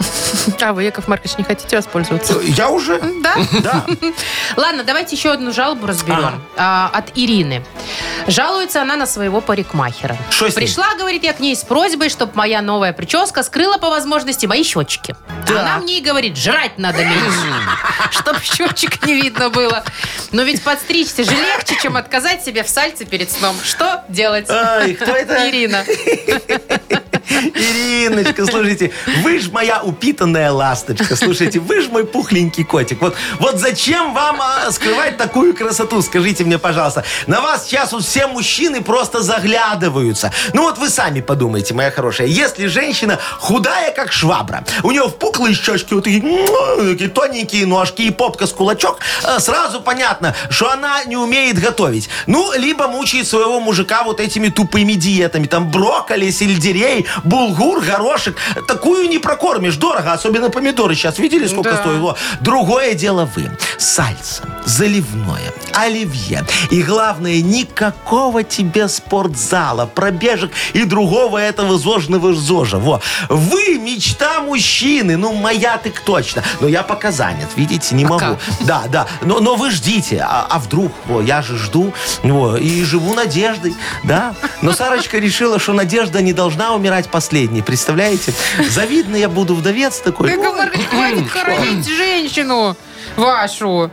S2: А вы, Яков Маркович, не хотите
S3: Э,
S2: воспользоваться?
S3: Я уже...
S2: Да?
S3: Да.
S2: Ладно, давайте еще одну жалобу разберем. А, от Ирины. Жалуется она на своего парикмахера.
S3: Шо с ним?
S2: Пришла, говорит, я к ней с просьбой, чтобы моя новая прическа скрыла по возможности мои щечки. А Она мне и говорит, жрать надо меньше, чтобы щечек не видно было. Но ведь подстричься же легче, чем отказать себе в сальце перед сном. Что делать?
S3: Ай, кто это?
S2: Ирина.
S3: Ириночка, слушайте, вы ж моя упитанная ласточка. Слушайте, вы ж мой пухленький котик. Вот, вот зачем вам а, скрывать такую красоту? Скажите мне, пожалуйста. На вас сейчас вот все мужчины просто заглядываются. Ну вот вы сами подумайте, моя хорошая. Если женщина худая, как швабра, у нее впуклые щечки, вот такие, м, такие тоненькие ножки и попка с кулачок, э, сразу понятно, что она не умеет готовить. Ну, либо мучает своего мужика вот этими тупыми диетами. Там брокколи, сельдерей, булгур, горошек. Такую не прокормишь. Дорого, особенно помидоры. Сейчас видели, сколько
S2: Да.
S3: стоило? Другое дело вы. Сальце, заливное, оливье. И главное, никакого тебе спортзала, пробежек и другого этого зожного зожа. Во. Вы мечта мужчины. Ну, моя так точно. Но я пока занят, видите, не могу. Да, да. Но, но вы ждите. А, а вдруг? Во, я же жду. Во, и живу надеждой. Да. Но Сарочка решила, что надежда не должна умирать последней. Представляете? Завидно я буду вдовец такой.
S2: Яков Маркович, хватит хоронить женщину вашу.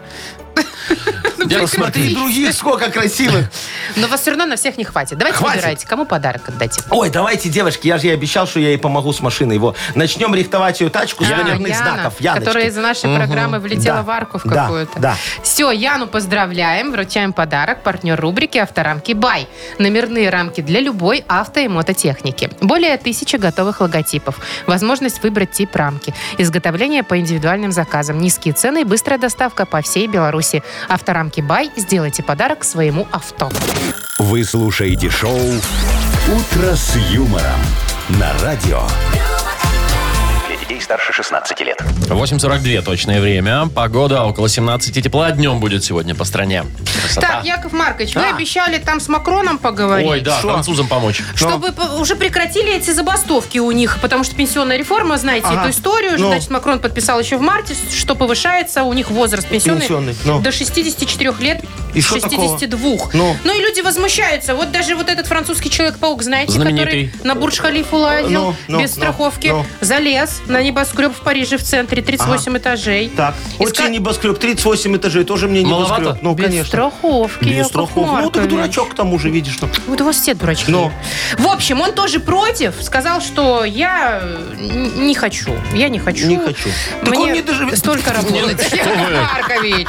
S1: Я
S3: Смотри, других сколько красивых.
S2: Но вас все равно на всех не хватит. Давайте
S3: Хватит.
S2: выбирайте, кому подарок отдать.
S3: Ой, давайте, девочки, я же ей обещал, что я ей помогу с машиной. Его начнем рихтовать ее тачку с номерных знаков. Яночки.
S2: которая из нашей программы влетела
S3: Да.
S2: в арку в
S3: Да.
S2: какую-то.
S3: Да.
S2: Все, Яну поздравляем, вручаем подарок, партнер рубрики «Авторамки Бай». Номерные рамки для любой авто и мототехники. Более тысячи готовых логотипов. Возможность выбрать тип рамки. Изготовление по индивидуальным заказам. Низкие цены и быстрая доставка по всей Беларуси. «Авторамки Бай» сделайте подарок своему авто.
S4: Вы слушаете шоу «Утро с юмором» на радио.
S5: Для детей старше 16 лет.
S1: 8.42 точное время. Погода около 17 тепла. Днем будет сегодня по стране. Красота.
S2: Так, Яков Маркович,
S3: А.
S2: вы обещали там с Макроном поговорить.
S1: Ой, да,
S3: Шо?
S1: французам помочь.
S3: Ну.
S2: Чтобы по- уже прекратили эти забастовки у них, потому что пенсионная реформа, знаете,
S3: Ага.
S2: эту историю,
S3: Ну.
S2: значит, Макрон подписал еще в марте, что повышается у них возраст пенсионный,
S3: Пенсионный, ну.
S2: до 64 лет,
S3: И что
S2: 62.
S3: Ну.
S2: и люди возмущаются. Вот даже вот этот французский человек-паук, знаете,
S1: Знаменитый.
S2: который на Бурдж-Халифу лазил
S3: Ну, ну,
S2: без
S3: ну,
S2: страховки,
S3: ну.
S2: залез на небоскреб в Париже в центре, 38 этажей.
S3: Так,
S2: И
S3: вот
S2: ска-
S3: тебе небоскреб, 38 этажей, тоже мне
S1: Маловато?
S3: небоскреб. Ну,
S2: без
S3: конечно.
S2: страховки,
S3: Без
S2: Яков
S3: страхов. Ну, так
S2: Маркович.
S3: дурачок к тому же, видишь. что.
S2: Вот у вас все дурачки.
S3: Ну.
S2: В общем, он тоже против. Сказал, что я э, н- не хочу. Я не хочу.
S3: Не хочу. Так он
S2: Мне
S3: не доживет.
S2: столько работать. Яков Маркович.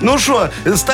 S3: Ну что,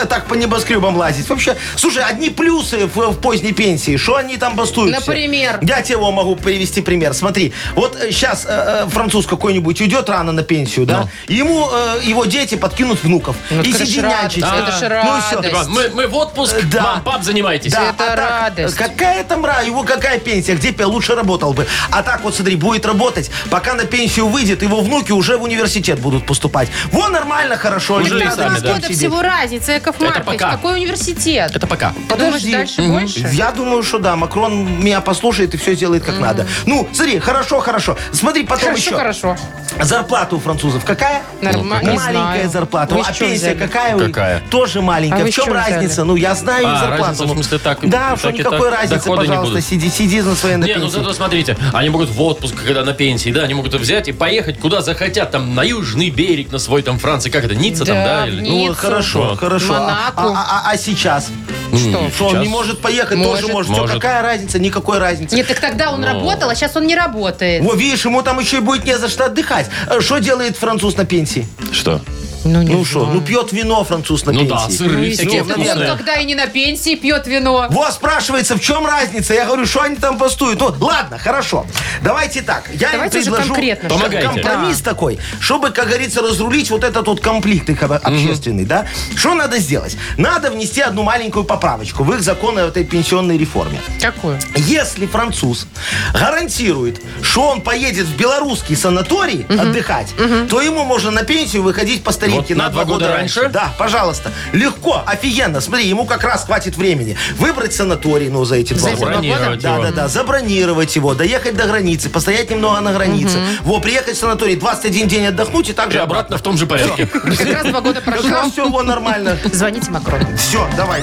S3: так по небоскребам лазить? Вообще, слушай, одни плюсы в, в поздней пенсии. Что они там бастуют? все?
S2: Например?
S3: Я тебе его могу привести пример. Смотри, вот э, сейчас француз какой-нибудь уйдет рано на пенсию, да? Ему э, его дети подкинут внуков.
S2: Ну,
S3: и
S2: так это
S3: сиди
S2: ж
S3: нянчить.
S2: радость, это ж
S3: Ну
S2: радость.
S3: все.
S1: Иван, Типа, Мы, мы в отпуск,
S3: Да.
S1: мам, пап, занимайтесь.
S3: Да,
S2: Это
S3: а так,
S2: радость.
S3: какая там ра, его какая пенсия, где бы я лучше работал бы. А так вот, смотри, будет работать, пока на пенсию выйдет, его внуки уже в университет будут поступать. Во, нормально, хорошо.
S1: Уже
S3: не
S1: и
S2: Там
S3: надо
S1: сами,
S2: два
S3: там
S1: да.
S2: года
S3: сидеть.
S2: всего разница, Яков
S1: Это
S2: Маркович.
S1: пока.
S2: Какой университет?
S1: Это пока.
S2: Думаешь,
S3: Подожди.
S2: дальше
S3: Мгм.
S2: больше?
S3: Я думаю, что да, Макрон меня послушает и все сделает как надо. Ну, смотри, хорошо, хорошо. Смотри, потом
S2: Хорошо,
S3: еще.
S2: хорошо.
S3: Зарплата у французов какая?
S2: Нормально. Не
S3: Маленькая
S2: знаю.
S3: зарплата.
S2: Вы
S3: Ну, а
S2: с чего
S3: пенсия
S2: взяли?
S3: какая? у них?
S1: Какая?
S3: Тоже маленькая.
S2: А вы
S3: в
S2: с
S3: чем
S2: чего взяли?
S3: разница? Ну, я знаю
S1: А,
S3: их зарплату.
S1: разница, в
S3: Ну,
S1: смысле, так и-
S3: Да, что
S1: так и
S3: никакой
S1: так.
S3: разницы,
S1: Дохода не
S3: пожалуйста,
S1: будет.
S3: сиди, сиди на своей на
S1: Не, ну
S3: пенсии.
S1: зато смотрите, они могут в отпуск, когда на пенсии, да, они могут взять и поехать куда захотят, там, на южный берег, на свой там Франции, как это, Ницца там,
S2: Да,
S1: да?
S2: в
S1: или-
S2: Ниццу.
S3: Ну, вот хорошо,
S1: Вот.
S3: хорошо. А,
S2: Монако.
S3: а- а- а сейчас?
S2: Что?
S3: Что, он
S1: Сейчас.
S3: не может поехать? Тоже
S2: Может.
S3: может. Что,
S1: Может.
S3: какая разница? Никакой разницы.
S2: Нет, так тогда он работал, а сейчас он не работает.
S3: Во, видишь, ему там еще и будет не за что отдыхать. Э, Что делает француз на пенсии?
S1: Что?
S2: Ну, не
S3: Ну что,
S2: знаю.
S3: ну пьет вино француз на
S1: Ну да,
S3: пенсии.
S1: сыры
S2: Ну,
S1: всякие
S2: естественно,
S1: вкусные.
S2: он когда и не на пенсии пьет вино.
S3: Вот спрашивается, в чем разница? Я говорю, что они там постуют. Ну, ладно, хорошо. Давайте так. Я
S2: Давайте
S3: им
S2: уже
S3: предложу
S2: конкретно. А.
S3: ком-
S1: Помогайте.
S3: компромисс такой, чтобы, как говорится, разрулить вот этот вот конфликт их об- общественный, да? Что надо сделать? Надо внести одну маленькую поправочку в их законы о этой пенсионной реформе.
S2: Какую?
S3: Если француз гарантирует, что он поедет в белорусский санаторий отдыхать, то ему можно на пенсию выходить по старинке
S1: Вот на два года раньше?
S3: Да, пожалуйста. Легко, офигенно. Смотри, ему как раз хватит времени выбрать санаторий, ну, за эти два
S2: эти два
S3: года.
S1: Забронировать
S3: Да,
S1: его.
S3: да, да. Забронировать его, доехать до границы, постоять немного на границе. Во, приехать в санаторий, 21 день отдохнуть и так
S1: И
S3: же
S1: обратно в том же порядке.
S2: Как раз два года
S3: Как
S2: прошло.
S3: все, во, нормально.
S2: Звоните Макрону.
S3: Все, давай.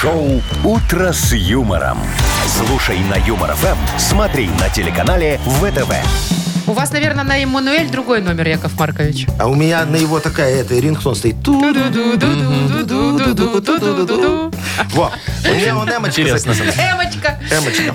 S4: Шоу «Утро с юмором». Слушай на Юмор ФМ, смотри на телеканале ВТВ.
S2: У вас, наверное, на Эммануэль другой номер, Яков Маркович.
S3: А у меня на его такая, это, рингтон стоит. Во, у меня он эмочка
S1: Интересно.
S3: записана.
S2: Эмочка.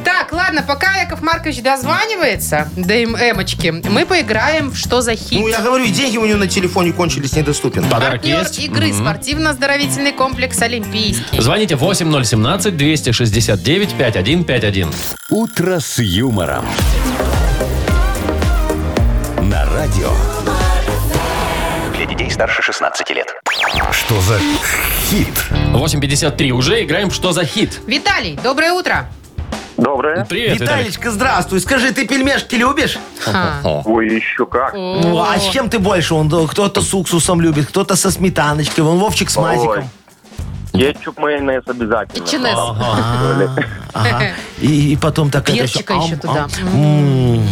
S2: Так, ладно, пока Яков Маркович дозванивается, да им Эмочки, мы поиграем в «Что за хит?».
S3: Ну, я говорю, и деньги у него на телефоне кончились, недоступен.
S1: <laughs> Подарок
S2: Партнер
S1: есть?
S2: игры спортивно-оздоровительный комплекс «Олимпийский».
S1: Звоните 8017-269-5151.
S4: «Утро с юмором». На радио.
S5: Для детей старше 16 лет.
S4: Что за хит?
S1: 8.53 уже играем «Что за хит?».
S2: Виталий, доброе утро.
S8: Доброе.
S1: Привет, Виталик.
S3: Виталичка, здравствуй. Скажи, ты пельмешки любишь?
S2: Ха.
S8: Ой, еще как.
S3: Ну, а с чем ты больше? Он да, кто-то с уксусом любит, кто-то со сметаночкой, вон Вовчик с
S8: Ой.
S3: мазиком.
S8: Кетчуп майонез обязательно.
S2: Чинес.
S3: Ага. И, и потом так это всё,
S2: Перчика еще
S3: ам,
S2: туда.
S3: ам.
S2: М.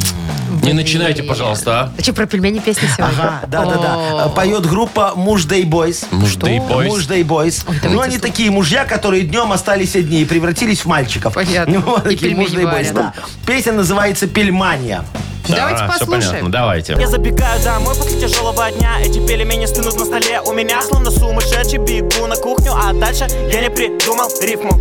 S1: Не начинайте, пожалуйста, а.
S2: А что, про пельмени песни сегодня?
S3: Ага, да, да, да.
S2: О.
S3: Поет группа Муж Day Boys.
S1: Муж Day Boys.
S3: Муж Day Boys.
S2: Ой, давайте
S3: ну, они
S2: слушать.
S3: такие мужья, которые днем остались одни и превратились в мальчиков.
S2: Понятно.
S3: Ну, <laughs> вот
S2: И
S3: такие
S2: пельмени
S3: Муж Day Boys,
S2: варят.
S3: да. Песня называется «Пельмания».
S2: Давайте
S1: всё понятно,
S2: послушаем.
S1: Давайте.
S9: Я забегаю домой после тяжелого дня Эти пельмени стынут на столе У меня словно сумасшедший бегу на кухню А дальше я не придумал рифму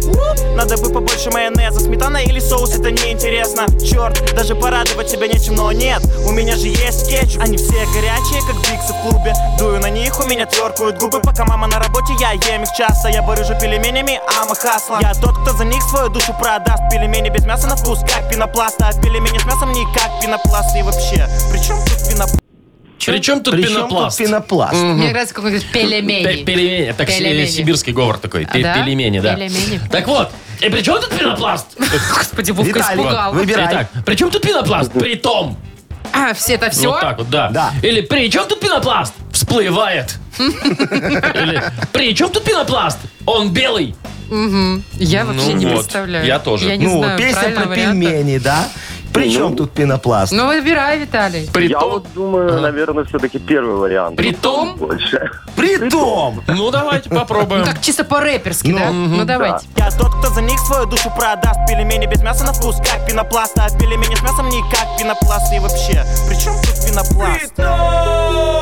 S9: Надо бы побольше майонеза Сметана или соус, это неинтересно Черт, даже порадовать тебя нечем Но нет, у меня же есть кетчуп Они все горячие, как биксы в клубе Дую на них, у меня тверкают губы Пока мама на работе, я ем их часто Я барыжу пельменями, ама хасла Я тот, кто за них свою душу продаст Пельмени без мяса на вкус, как пенопласт А пельмени с мясом не как пенопласт И вообще, при чем тут пенопласт?
S1: Причем тут
S3: Причем
S1: пенопласт?
S3: тут пенопласт.
S2: Мне нравится, как он говорит,
S1: Пе-
S2: пельмени.
S1: Пельмени. Это к-
S2: Пельмени.
S1: сибирский говор такой. Пе-
S2: да?
S1: Пельмени, да.
S2: Пельмени.
S1: Так вот. И при чем тут пенопласт?
S2: Господи, Вовка
S3: Виталий,
S2: испугал.
S3: выбирай.
S1: Итак, при чем тут пенопласт? При том.
S2: А, все это все?
S1: Вот Ну, так вот, да.
S3: Да.
S1: Или при чем тут пенопласт? Всплывает. Или при чем тут пенопласт? Он белый.
S2: Я вообще
S1: Ну
S2: не
S1: вот,
S2: представляю.
S1: я тоже.
S2: Я не
S3: Ну,
S2: знаю
S3: песня
S2: правильного
S3: про
S2: варианта.
S3: пельмени, да? Причем тут пенопласт?
S2: Ну, выбирай, Виталий.
S1: При
S8: Я
S1: том.
S8: вот думаю, наверное, все-таки первый вариант.
S1: При том.
S8: Больше.
S3: Притом!
S1: Ну, давайте попробуем.
S2: Ну, так чисто по-рэперски, да? Ну, давайте.
S9: Я тот, кто за них свою душу продаст Пельмени без мяса на вкус, как пенопласт А пельмени с мясом не как пенопласт И вообще, при чем тут пенопласт?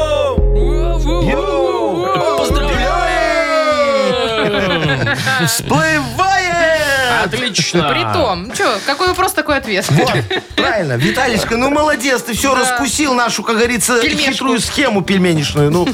S1: Поздравляем!
S3: Всплывает!
S1: Отлично.
S2: Притом, ну что, какой вопрос, такой ответ.
S3: Вот, правильно. Виталичка, ну молодец, ты все раскусил нашу, как говорится,
S2: Пельмешку.
S3: хитрую схему пельменишную. Ну,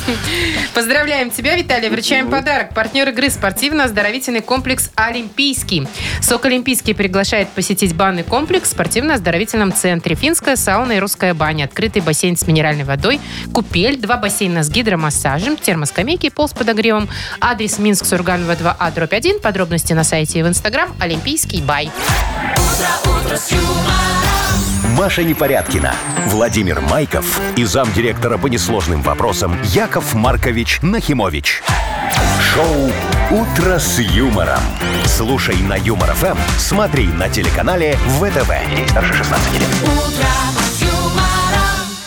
S2: Поздравляем тебя, Виталий. Вручаем подарок. Партнер игры спортивно-оздоровительный комплекс «Олимпийский». СОК «Олимпийский» приглашает посетить банный комплекс в спортивно-оздоровительном центре. Финская сауна и русская баня. Открытый бассейн с минеральной водой. Купель. Два бассейна с гидромассажем. Термоскамейки и пол с подогревом. Адрес Минск, Сурганова 2А, А, дробь 1. Подробности на сайте и в Инстаграм «Олимпийский бай».
S4: Маша Непорядкина, Владимир Майков и замдиректора по несложным вопросам Яков Маркович Нахимович. Шоу «Утро с юмором». Слушай на Юмор ФМ, смотри на телеканале ВТВ. Здесь старше 16 лет.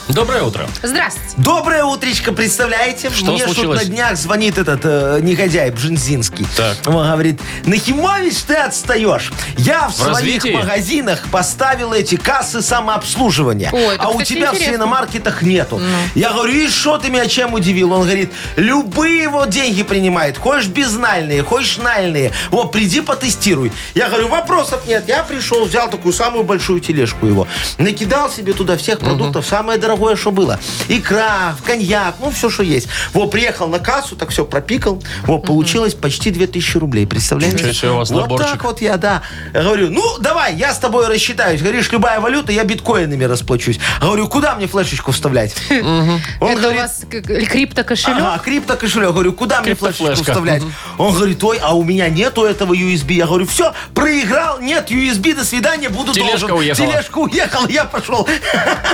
S1: Доброе утро.
S2: Здравствуйте.
S3: доброе утречко, представляете?
S1: Что
S3: Мне
S1: случилось?
S3: тут на днях звонит этот э, негодяй Бжензинский.
S1: Так.
S3: Он говорит, Нахимович, ты отстаешь. Я в, своих
S1: развитии?
S3: магазинах поставил эти кассы самообслуживания.
S2: Ой, это,
S3: а у
S2: кстати,
S3: тебя в
S2: интересно. Ну.
S3: свиномаркетах нету. Я говорю, и что ты меня чем удивил? Он говорит, любые вот деньги принимает. Хочешь безнальные, хочешь нальные. Вот, приди потестируй. Я говорю, вопросов нет. Я пришел, взял такую самую большую тележку его. Накидал себе туда всех продуктов, самое дорогое, кое-что было. Икра, коньяк, ну, все, что есть. Вот, приехал на кассу, так все пропикал. Вот, получилось почти 2000 рублей, представляете?
S1: Ничего себе у вас
S3: вот
S1: наборчик.
S3: так вот я, да. Говорю, ну, давай, я с тобой рассчитаюсь. Говоришь, любая валюта, я биткоинами расплачусь. Говорю, куда мне
S2: <laughs>
S3: флешечку вставлять? Он
S2: Это
S3: говорит,
S2: у вас к- криптокошелек?
S3: Ага, криптокошелек. Говорю, куда мне флешечку
S1: Криптофлешка.
S3: вставлять? Он говорит, ой, а у меня нету этого USB. Я говорю, все, проиграл, нет USB, до свидания, буду
S1: Тележка
S3: должен.
S1: уехала.
S3: Тележка уехала, я <laughs> пошел.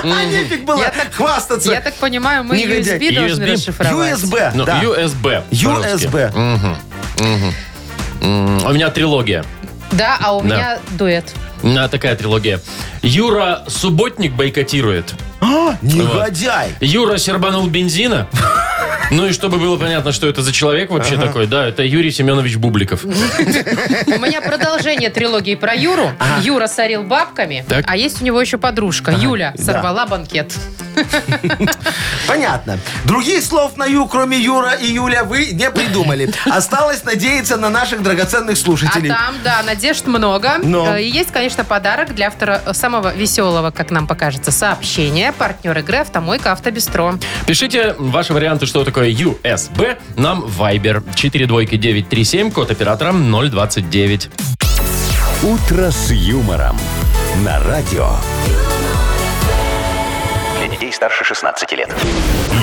S3: Нефиг было
S2: Я так-
S3: хвастаться.
S2: Я так понимаю, мы
S3: Негодяй.
S2: USB должны
S1: USB.
S2: расшифровать.
S3: USB,
S1: Ну,
S3: да.
S1: USB. по-русски.
S3: USB.
S1: М, У меня трилогия.
S2: Да, а у
S1: Да.
S2: меня дуэт.
S1: У меня такая трилогия. Юра Субботник бойкотирует.
S3: А, Негодяй.
S1: Юра сербанул бензина. Ну и чтобы было понятно, что это за человек вообще такой, да, это Юрий Семенович Бубликов.
S2: У меня продолжение трилогии про <laughs> Юру. Юра сорил бабками,
S1: Так.
S2: а есть у него еще подружка Юля сорвала банкет.
S3: Понятно. Других слов на Ю, кроме Юра и Юля, вы не придумали. Осталось надеяться на наших драгоценных
S2: А
S3: слушателей.
S2: там, да, надежд много.
S3: Но.
S2: Э, И есть, конечно, подарок для автора самого веселого, как нам покажется, сообщения. Партнер игры «Автомойка Автобестро».
S1: Пишите ваши варианты, что такое USB, нам в Viber 42937, код оператора 029.
S4: «Утро с юмором» на радио.
S5: Для детей старше 16 лет.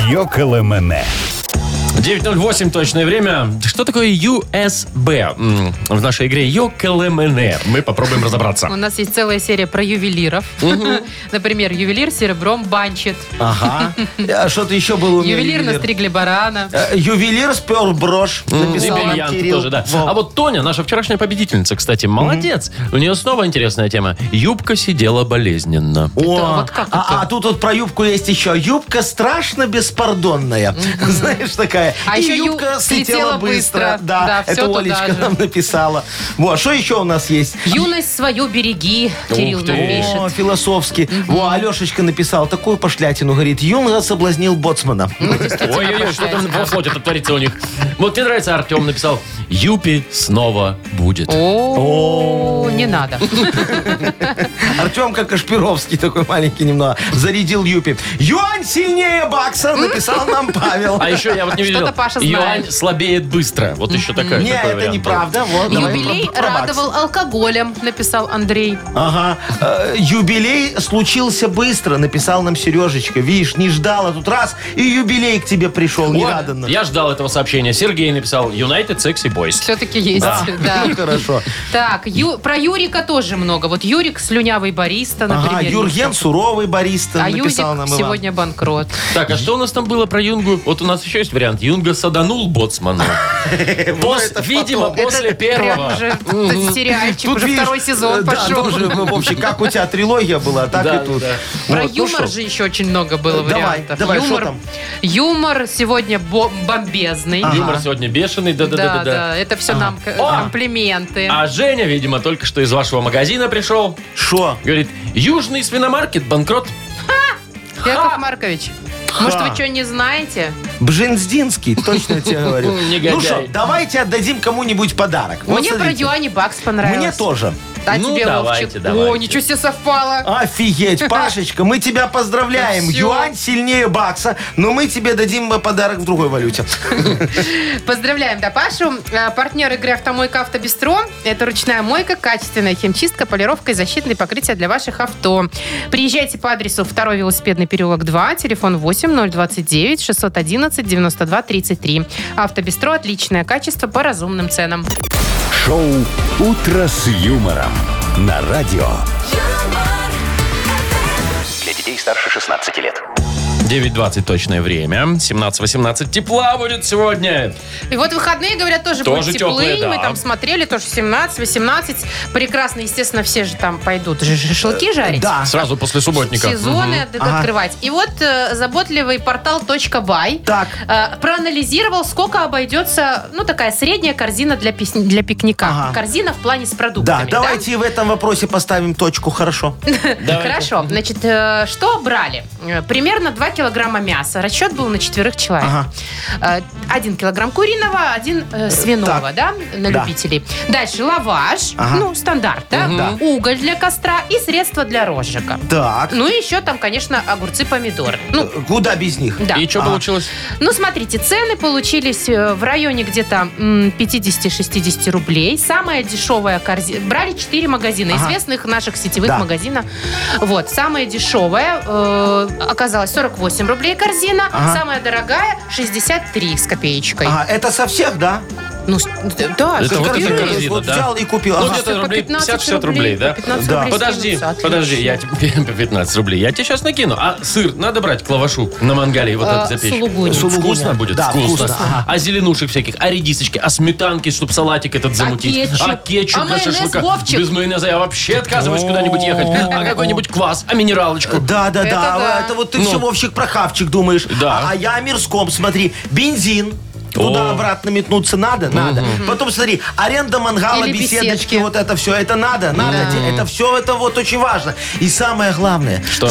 S4: Йоколэмэне.
S1: 9.08 точное время. Что такое USB? М, В нашей игре ЙОКЛМН. Мы попробуем разобраться.
S2: У нас есть целая серия про ювелиров. <laughs> Например, ювелир серебром банчит.
S3: Ага. А Что-то еще было у меня.
S2: Ну, Ювелир настригли барана.
S3: Э, Ювелир спер брошь.
S1: И
S3: Написал нам
S1: бриллиант
S3: Кирилл.
S1: тоже, да.
S3: Во.
S1: А вот Тоня, наша вчерашняя победительница, кстати, молодец. У нее снова интересная тема. Юбка сидела болезненно.
S3: О,
S2: вот как
S3: а,
S2: это?
S3: а тут вот про юбку есть еще. Юбка страшно беспардонная. Знаешь, такая.
S2: А
S3: И
S2: еще ю-
S3: юбка слетела
S2: слетела быстро.
S3: быстро. Да,
S2: Да,
S3: это
S2: всё туда
S3: Олечка
S2: же.
S3: нам написала. Вот, что еще у нас есть?
S2: Юность свою береги, Кирилл
S1: Ух ты.
S2: нам пишет.
S3: О, философски. Во, Алешечка написал такую пошлятину. Говорит, Юнга соблазнил боцмана.
S1: Ой-ой-ой, что там во флоте творится у них. Вот мне нравится, Артем написал, Юпи снова будет.
S2: О, не надо.
S3: Артем как Кашпировский такой маленький немного. Зарядил Юпи. Юань сильнее бакса, написал нам Павел.
S1: А еще я вот не видел,
S2: Что-то Паша знает.
S1: Юань слабеет быстро. Вот еще такая.
S3: Не,
S1: такой
S3: это
S1: вариант был.
S3: неправда. Вот, давай
S2: Юбилей
S3: про- про бакс.
S2: радовал алкоголем, написал Андрей.
S3: Ага. Э, Юбилей случился быстро, написал нам Сережечка. Видишь, не ждала тут раз, и юбилей к тебе пришел
S1: Вот,
S3: негаданно.
S1: Я ждал этого сообщения. Сергей написал United Sexy Boys.
S2: Все-таки есть, да.
S3: Ну, хорошо.
S2: Так, Ю- про Юрика тоже много. Вот Юрик слюнявый бариста, например.
S3: Ага,
S2: есть.
S3: Юрген Суровый бариста
S2: А Юзик
S3: написал нам Иван.
S2: сегодня банкрот.
S1: Так, а что у нас там было про Юнгу? Вот у нас еще есть вариант. Юнга саданул боцману.
S3: Э, ну,
S1: Пос- Видимо, после
S2: Ну, Это Прям
S1: первого.
S2: уже т- сериальчик,
S3: Тут,
S2: уже
S3: видишь,
S2: второй
S3: э,
S2: сезон
S3: да,
S2: пошел.
S3: тоже, ну, Вовчик, как у тебя трилогия была, так
S1: Да,
S3: и тут.
S1: да.
S3: Вот,
S2: Про
S3: ну
S2: юмор
S3: что?
S2: же еще очень много было
S3: Давай,
S2: вариантов.
S3: давай, что
S2: юмор,
S3: там?
S2: юмор сегодня бо- бомбезный.
S1: Юмор сегодня бешеный,
S2: Да, да,
S1: да-да-да-да.
S2: это все нам к-
S1: О!
S2: комплименты.
S1: А Женя, видимо, только что из вашего магазина пришел.
S3: Шо?
S1: Говорит, южный свиномаркет банкрот.
S2: Яков Маркович, может, вы что не знаете?
S3: Бженздинский, точно тебе говорю.
S1: Негодяй.
S3: Ну что, давайте отдадим кому-нибудь подарок. Вот
S2: Мне про
S3: смотрите.
S2: Юани Бакс понравилось.
S3: Мне тоже.
S2: А
S1: Ну,
S2: тебе,
S1: давайте,
S2: Вовчик? О,
S1: давайте.
S2: ничего себе совпало. <laughs>
S3: Офигеть, Пашечка, мы тебя поздравляем.
S2: Всё.
S3: Юань сильнее бакса, но мы тебе дадим э, подарок в другой валюте.
S2: Поздравляем, да, Пашу. Э, Партнер игры «Автомойка Автобестро» – это ручная мойка, качественная химчистка, полировка и защитные покрытия для ваших авто. Приезжайте по адресу 2 велосипедный переулок 2, телефон 8 029 611 92 33. «Автобестро» – отличное качество по разумным ценам.
S4: Шоу «Утро с юмором» на радио.
S5: Для детей старше 16 лет.
S1: 9.20 точное время. 17-18 тепла будет сегодня.
S2: И вот выходные, говорят, тоже,
S1: Тоже
S2: будут
S1: теплые,
S2: теплые.
S1: да.
S2: Мы там смотрели, тоже 17-18. Прекрасно, естественно, все же там пойдут же шашлыки жарить.
S3: Э, Да.
S1: Сразу после субботника.
S2: сезоны от-
S3: Ага.
S2: открывать. И вот э, заботливый портал .бай
S3: Так.
S2: э, проанализировал, сколько обойдется, ну, такая средняя корзина для, песни- для пикника.
S3: Ага.
S2: Корзина в плане с
S3: Да,
S2: продуктами. да?
S3: давайте в этом
S2: <laughs>
S3: вопросе поставим точку, хорошо.
S1: Давайте.
S2: Хорошо. Значит, э, что брали? Э, Примерно 2 килограмма мяса. Расчет был на четверых человек. Э, Один килограмм куриного, один э, свиного,
S3: так.
S2: да, на
S3: Да.
S2: любителей. Дальше лаваш,
S3: Ага.
S2: ну, стандарт, да? Уголь для костра и средство для розжига.
S3: Так. Э,
S2: Ну и еще там, конечно, огурцы, помидоры. Ну,
S3: Куда без них?
S2: да.
S1: И что
S3: А.
S1: получилось?
S2: Ну, смотрите, цены получились э, в районе где-то м, 50-60 рублей. Самая дешевая корзина. Брали 4 магазина,
S3: Ага.
S2: известных наших сетевых
S3: Да.
S2: магазина. Вот, самая дешевая э, оказалась 48 рублей корзина,
S3: Ага.
S2: самая дорогая 63 с копеечкой.
S3: Ага, это со всех, да?
S2: Ну, с- да,
S1: Это вот
S2: шокирует.
S1: эта
S3: Корзина,
S1: корзина,
S3: вот
S1: да.
S3: взял и купил.
S1: Ну,
S3: Ага.
S1: где-то
S2: по
S1: рублей
S2: 15
S1: 50-60 рублей, да?
S2: по 15
S3: Да.
S2: рублей
S1: А Подожди,
S2: скинутся, отлично.
S1: подожди, я тебе <laughs> 15 рублей. Я тебе сейчас накину. А сыр надо брать к лавашу на мангале вот
S2: А,
S1: этот запечь?
S2: сулугуни.
S1: Вкусно
S3: Сулугуни.
S1: будет?
S3: Да,
S1: вкусно.
S3: вкусно, ага.
S1: А зеленушек всяких, а редисочки, а сметанки, чтобы салатик этот замутить.
S2: кетчуп?
S1: А кетчуп
S2: А
S1: для
S2: майонез,
S1: шашлыка.
S2: Вовчик?
S1: Без майонеза я вообще отказываюсь куда-нибудь ехать. А какой-нибудь квас, а минералочку.
S3: Да, да,
S2: Это
S3: да.
S2: да.
S3: Это вот ты
S1: Ну.
S3: все, Вовчик, про хавчик думаешь.
S1: Да.
S3: А, а я о мирском, смотри, бензин. Туда-обратно метнуться надо? Надо. Потом смотри, аренда мангала,
S2: Или
S3: беседочки,
S2: беседки.
S3: вот это все, это надо, надо. Те- Это все, это вот очень важно. И самое главное,
S1: Что?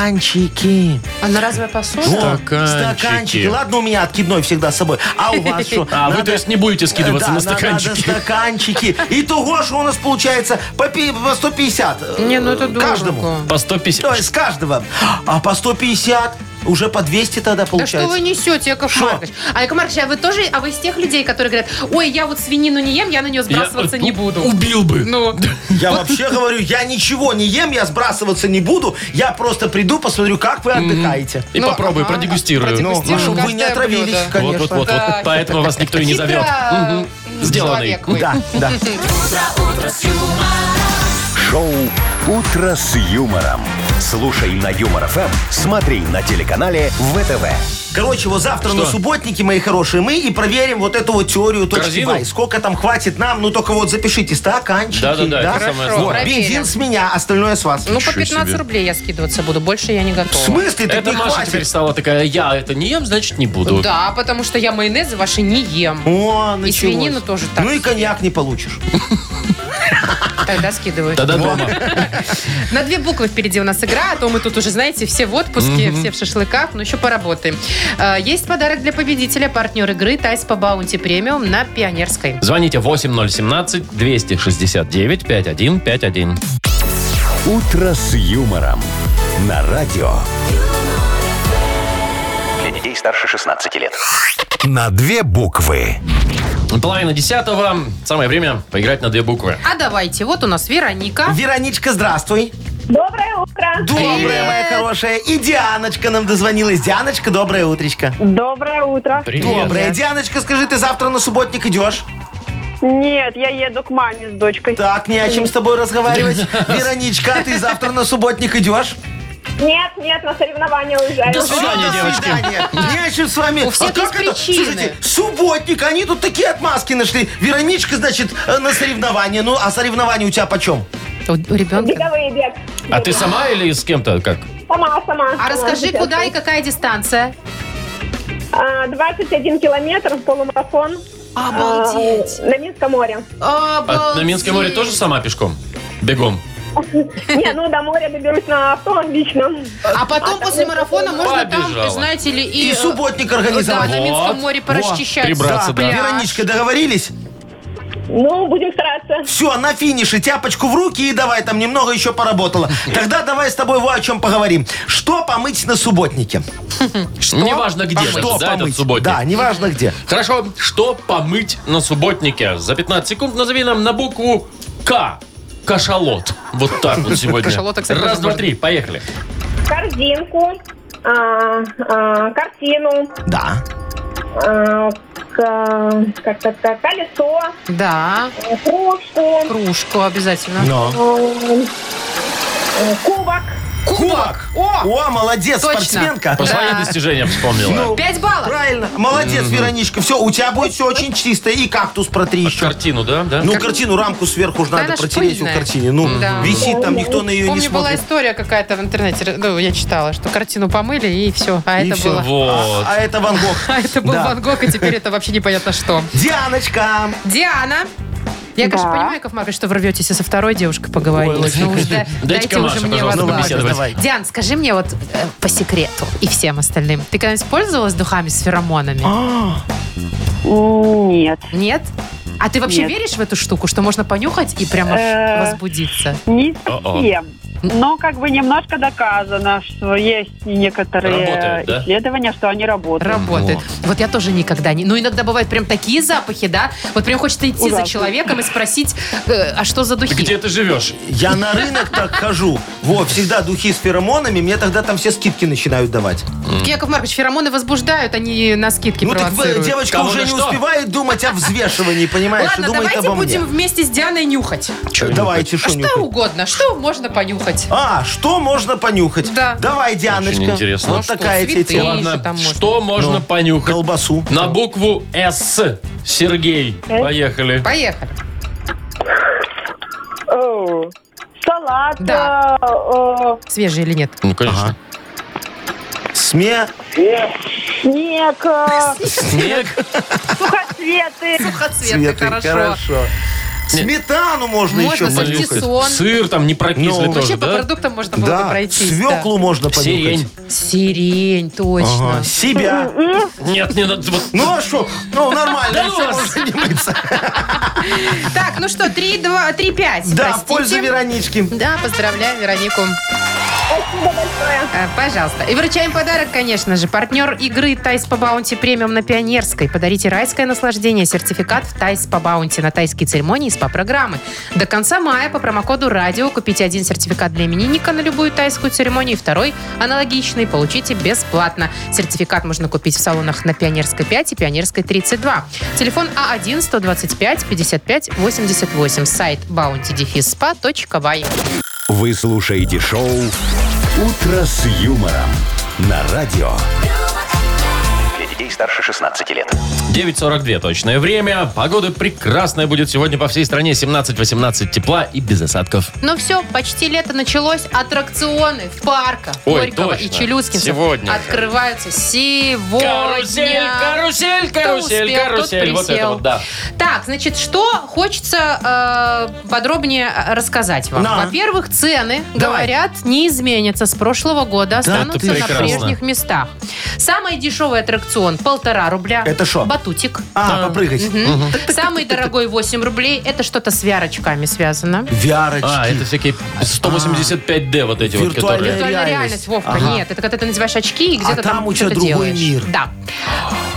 S3: стаканчики.
S2: Одноразовая посуда?
S3: Во,
S1: Стаканчики.
S3: стаканчики. Ладно, у меня откидной всегда с собой. А у вас что?
S1: <laughs> А вы, то есть, не будете скидываться на
S3: Да, на-
S1: стаканчики?
S3: Надо стаканчики. Итого, что у нас получается по пи- по 150. э,
S2: Не, ну это дорого.
S3: Каждому.
S1: По
S3: То
S1: 150.
S3: есть с каждого. А по 150 уже по 200 тогда
S2: Да что вы
S3: получается.
S2: несете, Яков
S3: Шо?
S2: Маркович? А, Яков Маркович, а вы тоже, а вы из тех людей, которые говорят, ой, я вот свинину не ем, я на нее сбрасываться
S1: Я,
S2: не
S1: э,
S2: буду.
S1: Убил бы. <laughs>
S2: Ну,
S3: Я вообще говорю, я ничего не ем, я сбрасываться не буду. Я просто приду, посмотрю, как вы отдыхаете.
S1: И
S2: Ну,
S1: попробую,
S2: ага,
S1: продегустирую.
S2: продегустирую.
S3: Ну,
S2: Стираю
S3: чтобы вы не
S2: каждое
S3: отравились,
S2: блюдо.
S3: конечно.
S1: Вот, вот, вот, вот.
S2: Так.
S1: Поэтому вас никто и не зовет.
S2: хитро-
S1: Мгм. Сделанный.
S2: человек вы.
S3: Да, да.
S4: Шоу «Утро с юмором». Слушай на Юмор ФМ, смотри на телеканале ВТВ.
S3: Короче, вот завтра на субботнике, мои хорошие, мы и проверим вот эту вот теорию точки
S1: Корзину?
S3: бай. Сколько там хватит нам, ну только вот запишите стаканчики.
S1: Да-да-да, это самое
S3: Вот,
S1: главное.
S3: Бензин с меня, остальное с вас.
S2: Ну, по
S1: Ничего
S2: 15
S1: себе.
S2: рублей я скидываться буду, больше я не
S3: в
S2: готова.
S3: смысле? Так
S1: Это
S3: не
S1: Маша
S3: хватит.
S1: теперь стала такая, я это не ем, значит не буду.
S2: Да, потому что я майонезы ваши не ем.
S3: О, началось.
S2: свинину тоже так
S3: Ну и коньяк не получишь.
S2: Тогда скидываю.
S1: Тогда дома.
S2: На две буквы впереди у нас игра, а то мы тут уже, знаете, все в отпуске, все в шашлыках, но еще поработаем. Э, Есть подарок для победителя, партнер игры Тайс по Баунти Премиум на Пионерской.
S1: Звоните 8017-269-5151.
S4: «Утро с юмором» на радио.
S5: Для детей старше 16 лет.
S4: На две буквы.
S1: Половина десятого. Самое время поиграть на две буквы.
S2: А давайте, вот у нас Вероника.
S3: Вероничка, здравствуй.
S6: Доброе утро.
S3: Доброе, моя хорошая. И Дианочка нам дозвонилась. Дианочка, доброе утречко.
S6: Доброе утро.
S3: Доброе. Дианочка, скажи, ты завтра на субботник идешь?
S6: Нет, я еду к маме с дочкой.
S3: Так, не о чем с тобой
S2: <laughs>
S3: разговаривать. Вероничка, а ты завтра на субботник идешь?
S6: Нет, нет, на соревнования уезжаю.
S3: Ну,
S1: До свидания,
S3: Всё,
S1: девочки.
S3: свидания. Не о чем с вами.
S2: У всех
S3: А как
S2: есть
S3: это?
S2: причины.
S3: Слушайте, субботник, они тут такие отмазки нашли. Вероничка, значит, э, на соревнования. Ну, а соревнования у тебя почем?
S2: У у ребенка.
S6: Беговые бег.
S1: А ты сама или с кем-то как?
S6: Сама, сама.
S2: А расскажи, куда и какая дистанция?
S6: А, 21 километр, полумарафон. а, На Минском море.
S2: Э,
S1: А на Минском море тоже сама пешком? Бегом.
S6: Не, ну до моря доберусь на авто, отлично.
S2: А потом после марафона можно
S1: Побежала.
S2: там, знаете ли, и... э,
S3: И субботник организовать.
S2: Да, на Минском
S1: Вот.
S2: море
S1: Во,
S2: порасчищать.
S1: прибраться, да.
S2: пляж.
S3: Вероничка, договорились?
S6: Ну, будем стараться.
S3: Все, на финише тяпочку в руки и давай, там немного еще поработала. Тогда давай с тобой во о чем поговорим. Что помыть на субботнике? А
S1: Неважно где, даже,
S3: Что
S1: да, этот
S3: помыть?
S1: субботник.
S3: Да, неважно где.
S1: Хорошо, что помыть на субботнике? За 15 секунд назови нам на букву К. Кашалот. Вот так
S3: <laughs>
S1: вот сегодня.
S2: Кашалота, кстати,
S1: Раз,
S2: тоже
S1: два,
S2: можно.
S1: три, поехали.
S6: Корзинку, а, а, картину,
S3: Да.
S6: а, к- как так, так, колесо,
S2: Да,
S6: а, кружку,
S2: кружку обязательно.
S3: Но.
S6: а, кубок.
S3: Кубок. О, молодец,
S2: Точно.
S3: спортсменка.
S1: По своим достижениям вспомнила.
S3: Ну,
S2: Пять баллов.
S3: Правильно. Молодец, Вероничка. Все, у тебя будет все очень чисто. И кактус протри еще.
S1: Картину, да? да?
S3: Ну, картину, рамку сверху же
S2: Да,
S3: надо
S2: она ж
S3: протереть у
S2: пыльная.
S3: картине. Ну,
S2: Да.
S3: висит там, никто на ее не
S2: Помню, была
S3: смотрит.
S2: история какая-то в интернете, ну, я читала, что картину помыли, и все. А
S3: И
S2: это
S3: всё.
S2: было...
S1: Вот.
S3: А это Ван Гог.
S2: <laughs> А это был
S3: Да.
S2: Ван Гог, и теперь это вообще непонятно что.
S3: Дианочка,
S2: Диана, Я, конечно,
S6: Да.
S2: понимаю, Яков Маркович, что вы рветесь и со второй девушкой поговорить. Ну уж да-
S1: Дайте-ка
S2: Дайте уже
S1: Маше,
S2: мне
S1: пожалуйста,
S2: возможность.
S1: побеседовать.
S3: давай.
S2: Диан, скажи мне вот э, по секрету и всем остальным. Ты когда-нибудь пользовалась духами с феромонами?
S6: А? М, Нет.
S2: Нет? А ты вообще
S6: Нет.
S2: веришь в эту штуку, что можно понюхать и прямо
S6: Э.
S2: возбудиться?
S6: Не
S1: О-о.
S6: совсем. Но как бы немножко доказано, что есть и некоторые
S1: Работает, да?
S6: исследования, что они работают.
S2: Работает. Вот я тоже никогда не... Ну, иногда бывают прям такие запахи, да? Вот прям хочется идти за
S6: Ужасно.
S2: человеком и спросить, э, а что за
S1: Ты
S2: духи?
S1: где ты живешь?
S3: Я на рынок так хожу. Вот, всегда духи с феромонами, мне тогда там все скидки начинают давать.
S2: Яков Маркович, феромоны возбуждают, они на скидки
S3: Ну так
S2: провоцируют.
S3: э, девочка
S1: Кого
S3: уже
S1: на
S3: не
S1: что?
S3: успевает думать о взвешивании, понимаешь? и
S2: Ладно,
S3: думает
S2: давайте
S3: а обо мне.
S2: будем вместе с Дианой нюхать.
S3: Давайте,
S2: А
S3: что
S2: что угодно, что можно понюхать.
S3: А, что можно понюхать?
S2: Да. А
S3: Давай, Дианочка.
S1: Очень интересно.
S3: Вот
S1: Ну
S2: что,
S3: такая тебе
S2: цветы?
S3: тема.
S2: Ладно, там можно?
S1: что можно
S3: Ну.
S1: понюхать?
S3: Колбасу.
S1: На букву «С». Сергей, поехали.
S2: Поехали.
S6: О, Салат.
S2: Да.
S6: э, э,
S2: Свежий или нет?
S1: Ну, конечно.
S3: Сме.
S6: Снег. э,
S1: Снег.
S6: Сухоцветы.
S2: Сухоцветы, хорошо.
S3: Сметану можно,
S2: Можно
S3: еще
S2: сальдисон.
S3: понюхать.
S1: Сыр там не прокисли
S3: Ну,
S1: тоже,
S2: Вообще по
S1: да?
S2: продуктам можно было бы
S3: Да,
S2: пройти.
S3: свеклу можно понюхать.
S1: Сирень.
S2: Сирень, точно.
S3: Ага, Себя.
S1: Нет, не надо. вот.
S3: Ну а что? Ну нормально,
S1: Да ну
S3: всё
S1: вас.
S3: можно не мыться.
S2: <laughs> Так, ну что, 3, 2, 3, 5.
S3: Да, в пользу Веронички.
S2: Да, поздравляю Веронику. А, Пожалуйста. И вручаем подарок, конечно же. Партнер игры «Тайс по баунти премиум» на Пионерской. Подарите райское наслаждение. Сертификат в «Тайс по баунти» на тайские церемонии и СПА-программы. До конца мая по промокоду «Радио» купите один сертификат для именинника на любую тайскую церемонию, и второй аналогичный получите бесплатно. Сертификат можно купить в салонах на Пионерской 5 и Пионерской 32. Телефон А А1-125-55-88. Сайт bountydefisspa.by.
S4: Вы слушаете шоу «Утро с юмором» на радио.
S5: Для детей старше 16 лет.
S1: 9.42 точное время. Погода прекрасная будет сегодня по всей стране. 17-18 тепла и без осадков.
S2: Ну все, почти лето началось. Аттракционы в парках
S1: Ой,
S2: Горького
S1: точно.
S2: и Челюскинцев
S1: Сегодня же.
S2: открываются сегодня.
S1: Карусель, карусель,
S2: Кто
S1: карусель,
S2: успел, тот
S1: карусель. Вот это
S2: присел.
S1: вот, да.
S2: Так, значит, что хочется э, подробнее э, рассказать вам.
S3: На.
S2: Во-первых, цены,
S3: Давай.
S2: говорят, не изменятся с прошлого года, останутся
S1: это
S2: на
S1: прекрасно.
S2: прежних местах. Самый дешевый аттракцион – полтора рубля.
S3: Это шо?
S2: Батутик.
S3: А, попрыгать.
S2: Мгм. Самый дорогой 8 рублей. Это что-то с вярочками связано.
S1: А, это
S3: Вярочки.
S1: всякие 185D вот эти вот, которые...
S2: Виртуальная
S3: Виртуальные. Э, Реальность.
S2: реальность, Вовка,
S3: Ага.
S2: нет. Это когда ты надеваешь очки и где-то
S3: А там у тебя
S2: что-то
S3: другой
S2: делаешь.
S3: мир.
S2: Да.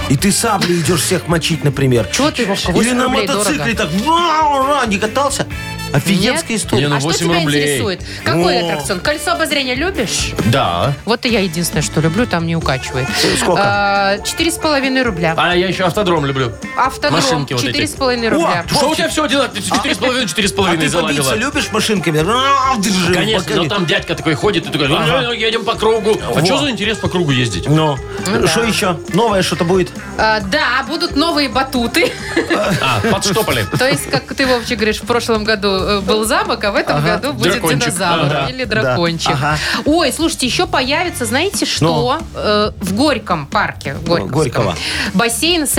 S3: И ты саблей идешь всех мочить, например.
S2: Чего ты, Вовка, 8
S3: Или на
S2: рублей
S3: мотоцикле
S2: дорого?
S3: так вау, вау, не катался? Офигенская
S2: Нет?
S1: Не,
S3: история.
S1: ну,
S2: а что
S1: 8
S2: тебя
S1: рублей.
S2: интересует? Какой
S3: О.
S2: аттракцион? Кольцо обозрения любишь?
S1: Да.
S2: Вот и я единственное, что люблю, там не укачивает.
S3: Сколько?
S2: А, Четыре с половиной рубля.
S1: А я еще автодром люблю.
S2: Автодром
S1: А, машинки вот эти.
S2: четыре с половиной рубля.
S1: Что у тебя все одинаково? 4,5,
S3: А
S1: 4,5
S3: ты побиться
S1: заладила.
S3: любишь машинками? Рау, держи,
S1: Конечно, но
S3: погоди.
S1: там дядька такой ходит и такой, ну,
S3: Ага.
S1: ну, едем по кругу. А
S3: Во.
S1: что за интерес по кругу ездить?
S3: Ну,
S2: да.
S3: что еще? Новое что-то будет?
S2: А, да, будут новые батуты.
S1: А, подштопали.
S2: То есть, как ты, Вовчик, говоришь, в прошлом году э, был замок, а в этом
S3: Ага,
S2: году будет
S1: дракончик.
S2: динозавр
S1: Ага,
S2: или дракончик.
S3: ага. Ну.
S2: Ой, слушайте, еще появится, знаете что? Э, в Горьком парке. в Горьковском.
S3: Горького.
S2: Бассейн с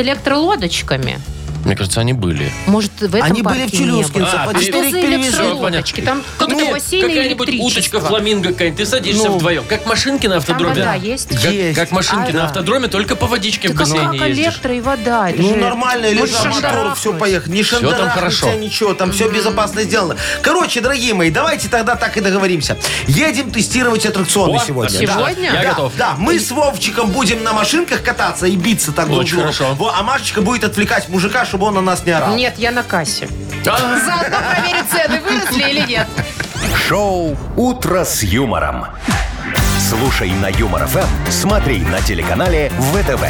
S2: электролодочками.
S1: Мне кажется, они были.
S2: Может, в этом
S3: Они
S2: парке
S3: были в
S2: не было?
S3: Челюскинце,
S1: А,
S3: по
S1: а
S2: Что
S3: четыре
S2: за
S3: их перевезут.
S2: электролодочки? Там какой-то
S1: Ну,
S2: бассейн и
S1: какая-нибудь уточка,
S2: электричество.
S1: фламинго какая-нибудь. Ты садишься
S3: Ну.
S1: вдвоем, как машинки на
S2: Там
S1: автодроме.
S2: вода есть?
S1: Как,
S3: Есть.
S1: как машинки на
S3: А, да.
S1: автодроме, только по водичке в
S2: Так а как
S1: бассейне ездишь.
S2: электро и вода? Это
S3: Ну,
S2: же-
S3: нормально,
S2: Может,
S3: лежа мотор,
S2: шандарахнуть?
S3: все, поехали. Не
S1: Всё там хорошо.
S3: шандарахнется, ничего, там все безопасно сделано. Короче, дорогие мои, давайте тогда так и договоримся. Едем тестировать аттракционы
S1: О,
S3: сегодня.
S1: отлично.
S3: Да.
S2: Сегодня?
S1: Я
S3: да,
S1: готов.
S3: да, мы с Вовчиком будем на машинках кататься и биться так друг
S1: Очень
S3: друга.
S1: хорошо.
S3: Во, а Машечка будет отвлекать мужика, чтобы он на нас не орал.
S2: Нет, я на кассе.
S1: А,
S2: Заодно проверю цены, выросли или нет.
S4: Шоу «Утро с юмором». Слушай на Юмор ФМ, смотри на телеканале ВТВ.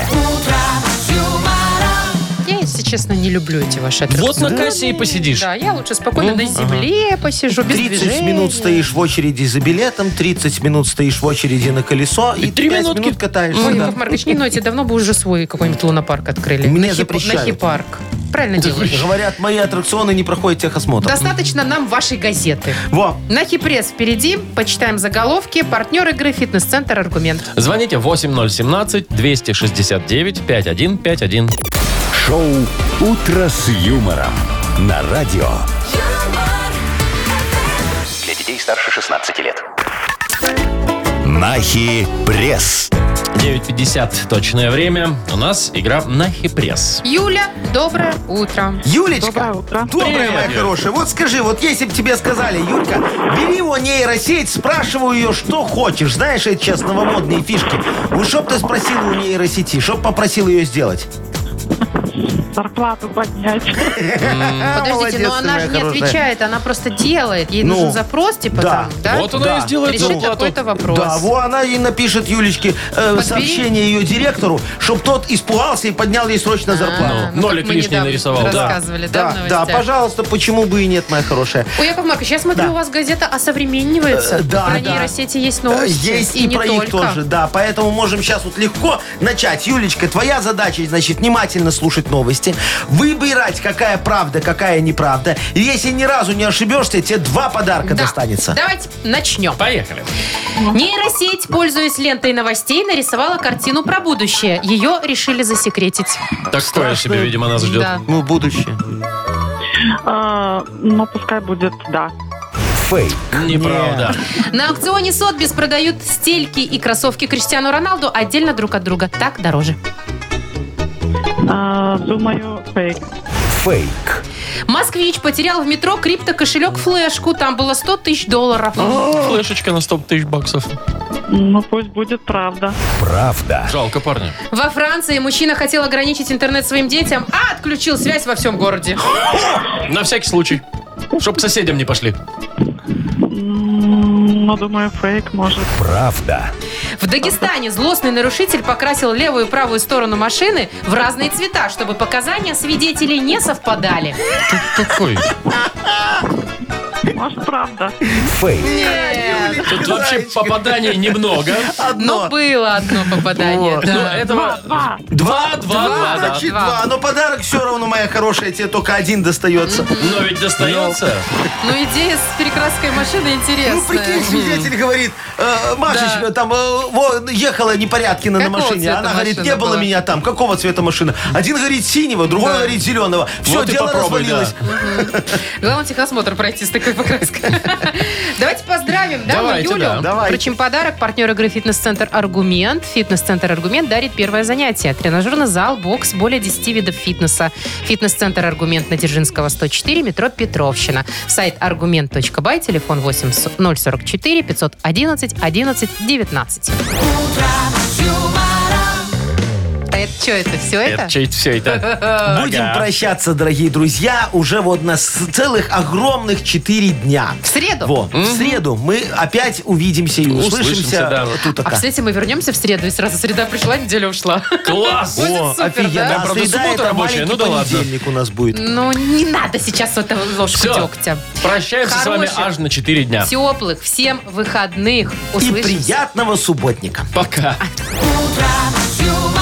S2: Я, если честно, не люблю эти ваши аттракционы.
S1: Вот на кассе и посидишь.
S2: Да, я лучше спокойно на земле посижу, без
S3: 30
S2: движения.
S3: минут стоишь в очереди за билетом, 30 минут стоишь в очереди на колесо и,
S1: три
S3: 5
S1: минутки.
S3: минут катаешься.
S2: Ой,
S3: да.
S2: Яков Маркович, не нойте, давно бы уже свой какой-нибудь лунопарк открыли.
S3: Мне
S2: На хип-
S3: запрещают.
S2: На хипарк. Правильно делаете.
S3: Говорят, мои аттракционы не проходят техосмотр.
S2: Достаточно нам вашей газеты.
S3: Во,
S2: На Хипресс впереди. Почитаем заголовки. Партнер игры «Фитнес-центр Аргумент».
S1: Звоните 8017-269-5151.
S4: Шоу «Утро с юмором» на радио.
S5: Для детей старше 16 лет.
S4: Нахи пресс.
S1: 9.50 точное время. У нас игра на хипресс.
S2: Юля, доброе утро.
S3: Юлечка,
S6: Доброе утро.
S3: добрая
S1: Привет,
S3: моя
S1: Юль.
S3: хорошая, вот скажи, вот если бы тебе сказали, Юлька, бери его нейросеть, спрашиваю ее, что хочешь, знаешь, это сейчас новомодные фишки. Ну, чтоб ты спросила у нейросети, чтоб попросил ее сделать.
S6: Зарплату поднять.
S2: Подождите,
S3: А, Молодец
S2: но
S3: ты,
S2: она
S3: моя
S2: же не
S3: хорошая.
S2: отвечает, она просто делает. Ей
S3: Ну,
S2: нужен запрос, типа
S3: да.
S2: там, да?
S1: Вот она
S3: Да.
S1: и сделает
S2: Решит
S1: зарплату.
S2: какой-то вопрос.
S3: Да, во, она и напишет Юлечке э,
S2: Подбери.
S3: сообщение ее директору, чтоб тот испугался и поднял ей срочно
S2: А,
S3: зарплату.
S2: ну,
S1: Нолик
S2: как мы
S1: лишний
S2: недавно
S1: нарисовал. Да,
S2: Рассказывали, да, в
S3: да,
S2: новостях?
S3: пожалуйста, почему бы и нет, моя хорошая.
S2: У Яков Маркович, я смотрю,
S3: Да.
S2: у вас газета осовременивается.
S3: Э, да,
S2: Про
S3: да.
S2: нейросети есть новости.
S3: Есть
S2: Э, и
S3: Э, и,
S2: не
S3: про
S2: только.
S3: них тоже, да. Поэтому можем сейчас вот легко начать. Юлечка, твоя задача, значит, внимательно слушать новости, выбирать, какая правда, какая неправда. И если ни разу не ошибешься, тебе два подарка
S2: Да.
S3: достанется.
S2: Давайте начнем.
S1: Поехали.
S2: Нейросеть, пользуясь лентой новостей, нарисовала картину про будущее. Ее решили засекретить.
S1: Такое себе, видимо, нас ждет.
S2: Да.
S3: Ну, будущее.
S6: А, Ну, пускай будет, да.
S4: Фейк.
S1: Неправда.
S2: На аукционе Сотбис продают стельки и кроссовки Криштиану Роналду отдельно друг от друга. Так дороже.
S6: А, Думаю, фейк.
S4: Фейк.
S2: Москвич потерял в метро криптокошелек флешку. Там было 100 тысяч долларов.
S1: Флешечка на 100 тысяч баксов.
S6: Ну, пусть будет правда.
S4: Правда.
S1: Жалко парня.
S2: Во Франции мужчина хотел ограничить интернет своим детям, а отключил связь во всем городе.
S1: На всякий случай. Чтоб к соседям не пошли.
S6: М, Ну, думаю, фейк, может.
S4: Правда.
S2: В Дагестане злостный нарушитель покрасил левую и правую сторону машины в разные цвета, чтобы показания свидетелей не совпадали.
S1: Какой?
S6: Может, правда.
S4: Фейк.
S1: Тут вообще попаданий немного.
S2: Но было одно попадание.
S3: Ну,
S1: Но
S2: да.
S1: этого...
S6: Два.
S1: Два, два, два, да.
S3: Значит, два. Но подарок все равно, моя хорошая, тебе только один достается.
S1: Но ведь достается.
S2: Но Ну, идея с перекраской машины интересная.
S3: Ну, прикинь, свидетель говорит, э, Машечка,
S2: Да.
S3: там э, во, ехала непорядкина на
S2: Какого
S3: машине.
S2: цвета
S3: Она говорит,
S2: машина
S3: не было
S2: была?
S3: меня там. Какого цвета машина? Один говорит синего, другой говорит зеленого. Все,
S1: Вот и
S3: дело
S1: попробуй,
S3: развалилось.
S2: Главное техосмотр пройти с такой покраской. <laughs> Давайте поздравим, да, мы
S1: Давайте,
S2: Юлю?
S1: да.
S3: Давайте.
S2: Вручим подарок. Партнер игры «Фитнес-центр Аргумент». «Фитнес-центр Аргумент» дарит первое занятие. Тренажерный зал, бокс, более 10 видов фитнеса. «Фитнес-центр Аргумент» на Дзержинского, 104, метро Петровщина. Сайт аргумент.бай, телефон 8 044 511 11 19. Это что это? Все это?
S1: Это чей все <laughs> это.
S3: Будем
S1: Ага.
S3: прощаться, дорогие друзья, уже вот на с- целых огромных 4 дня.
S2: В среду?
S3: Во, В среду мы опять увидимся и
S1: Услышимся,
S3: услышимся.
S1: да.
S3: Тут
S2: А, кстати, мы вернемся в среду, и сразу среда пришла, неделя ушла. <laughs>
S1: Класс!
S2: Будет
S3: О,
S2: супер,
S3: офигенно.
S2: да?
S3: А
S1: Правда,
S3: среда
S1: суббота
S3: это
S1: рабочая,
S3: маленький
S1: ну да ладно.
S3: понедельник у нас будет.
S2: Ну, не надо сейчас вот эту ложку
S1: Всё.
S2: дегтя.
S1: Прощаемся с
S2: Хороших.
S1: вами аж на 4 дня.
S2: Теплых всем выходных.
S3: И
S2: Услышимся.
S3: приятного субботника.
S1: Пока.
S7: humor.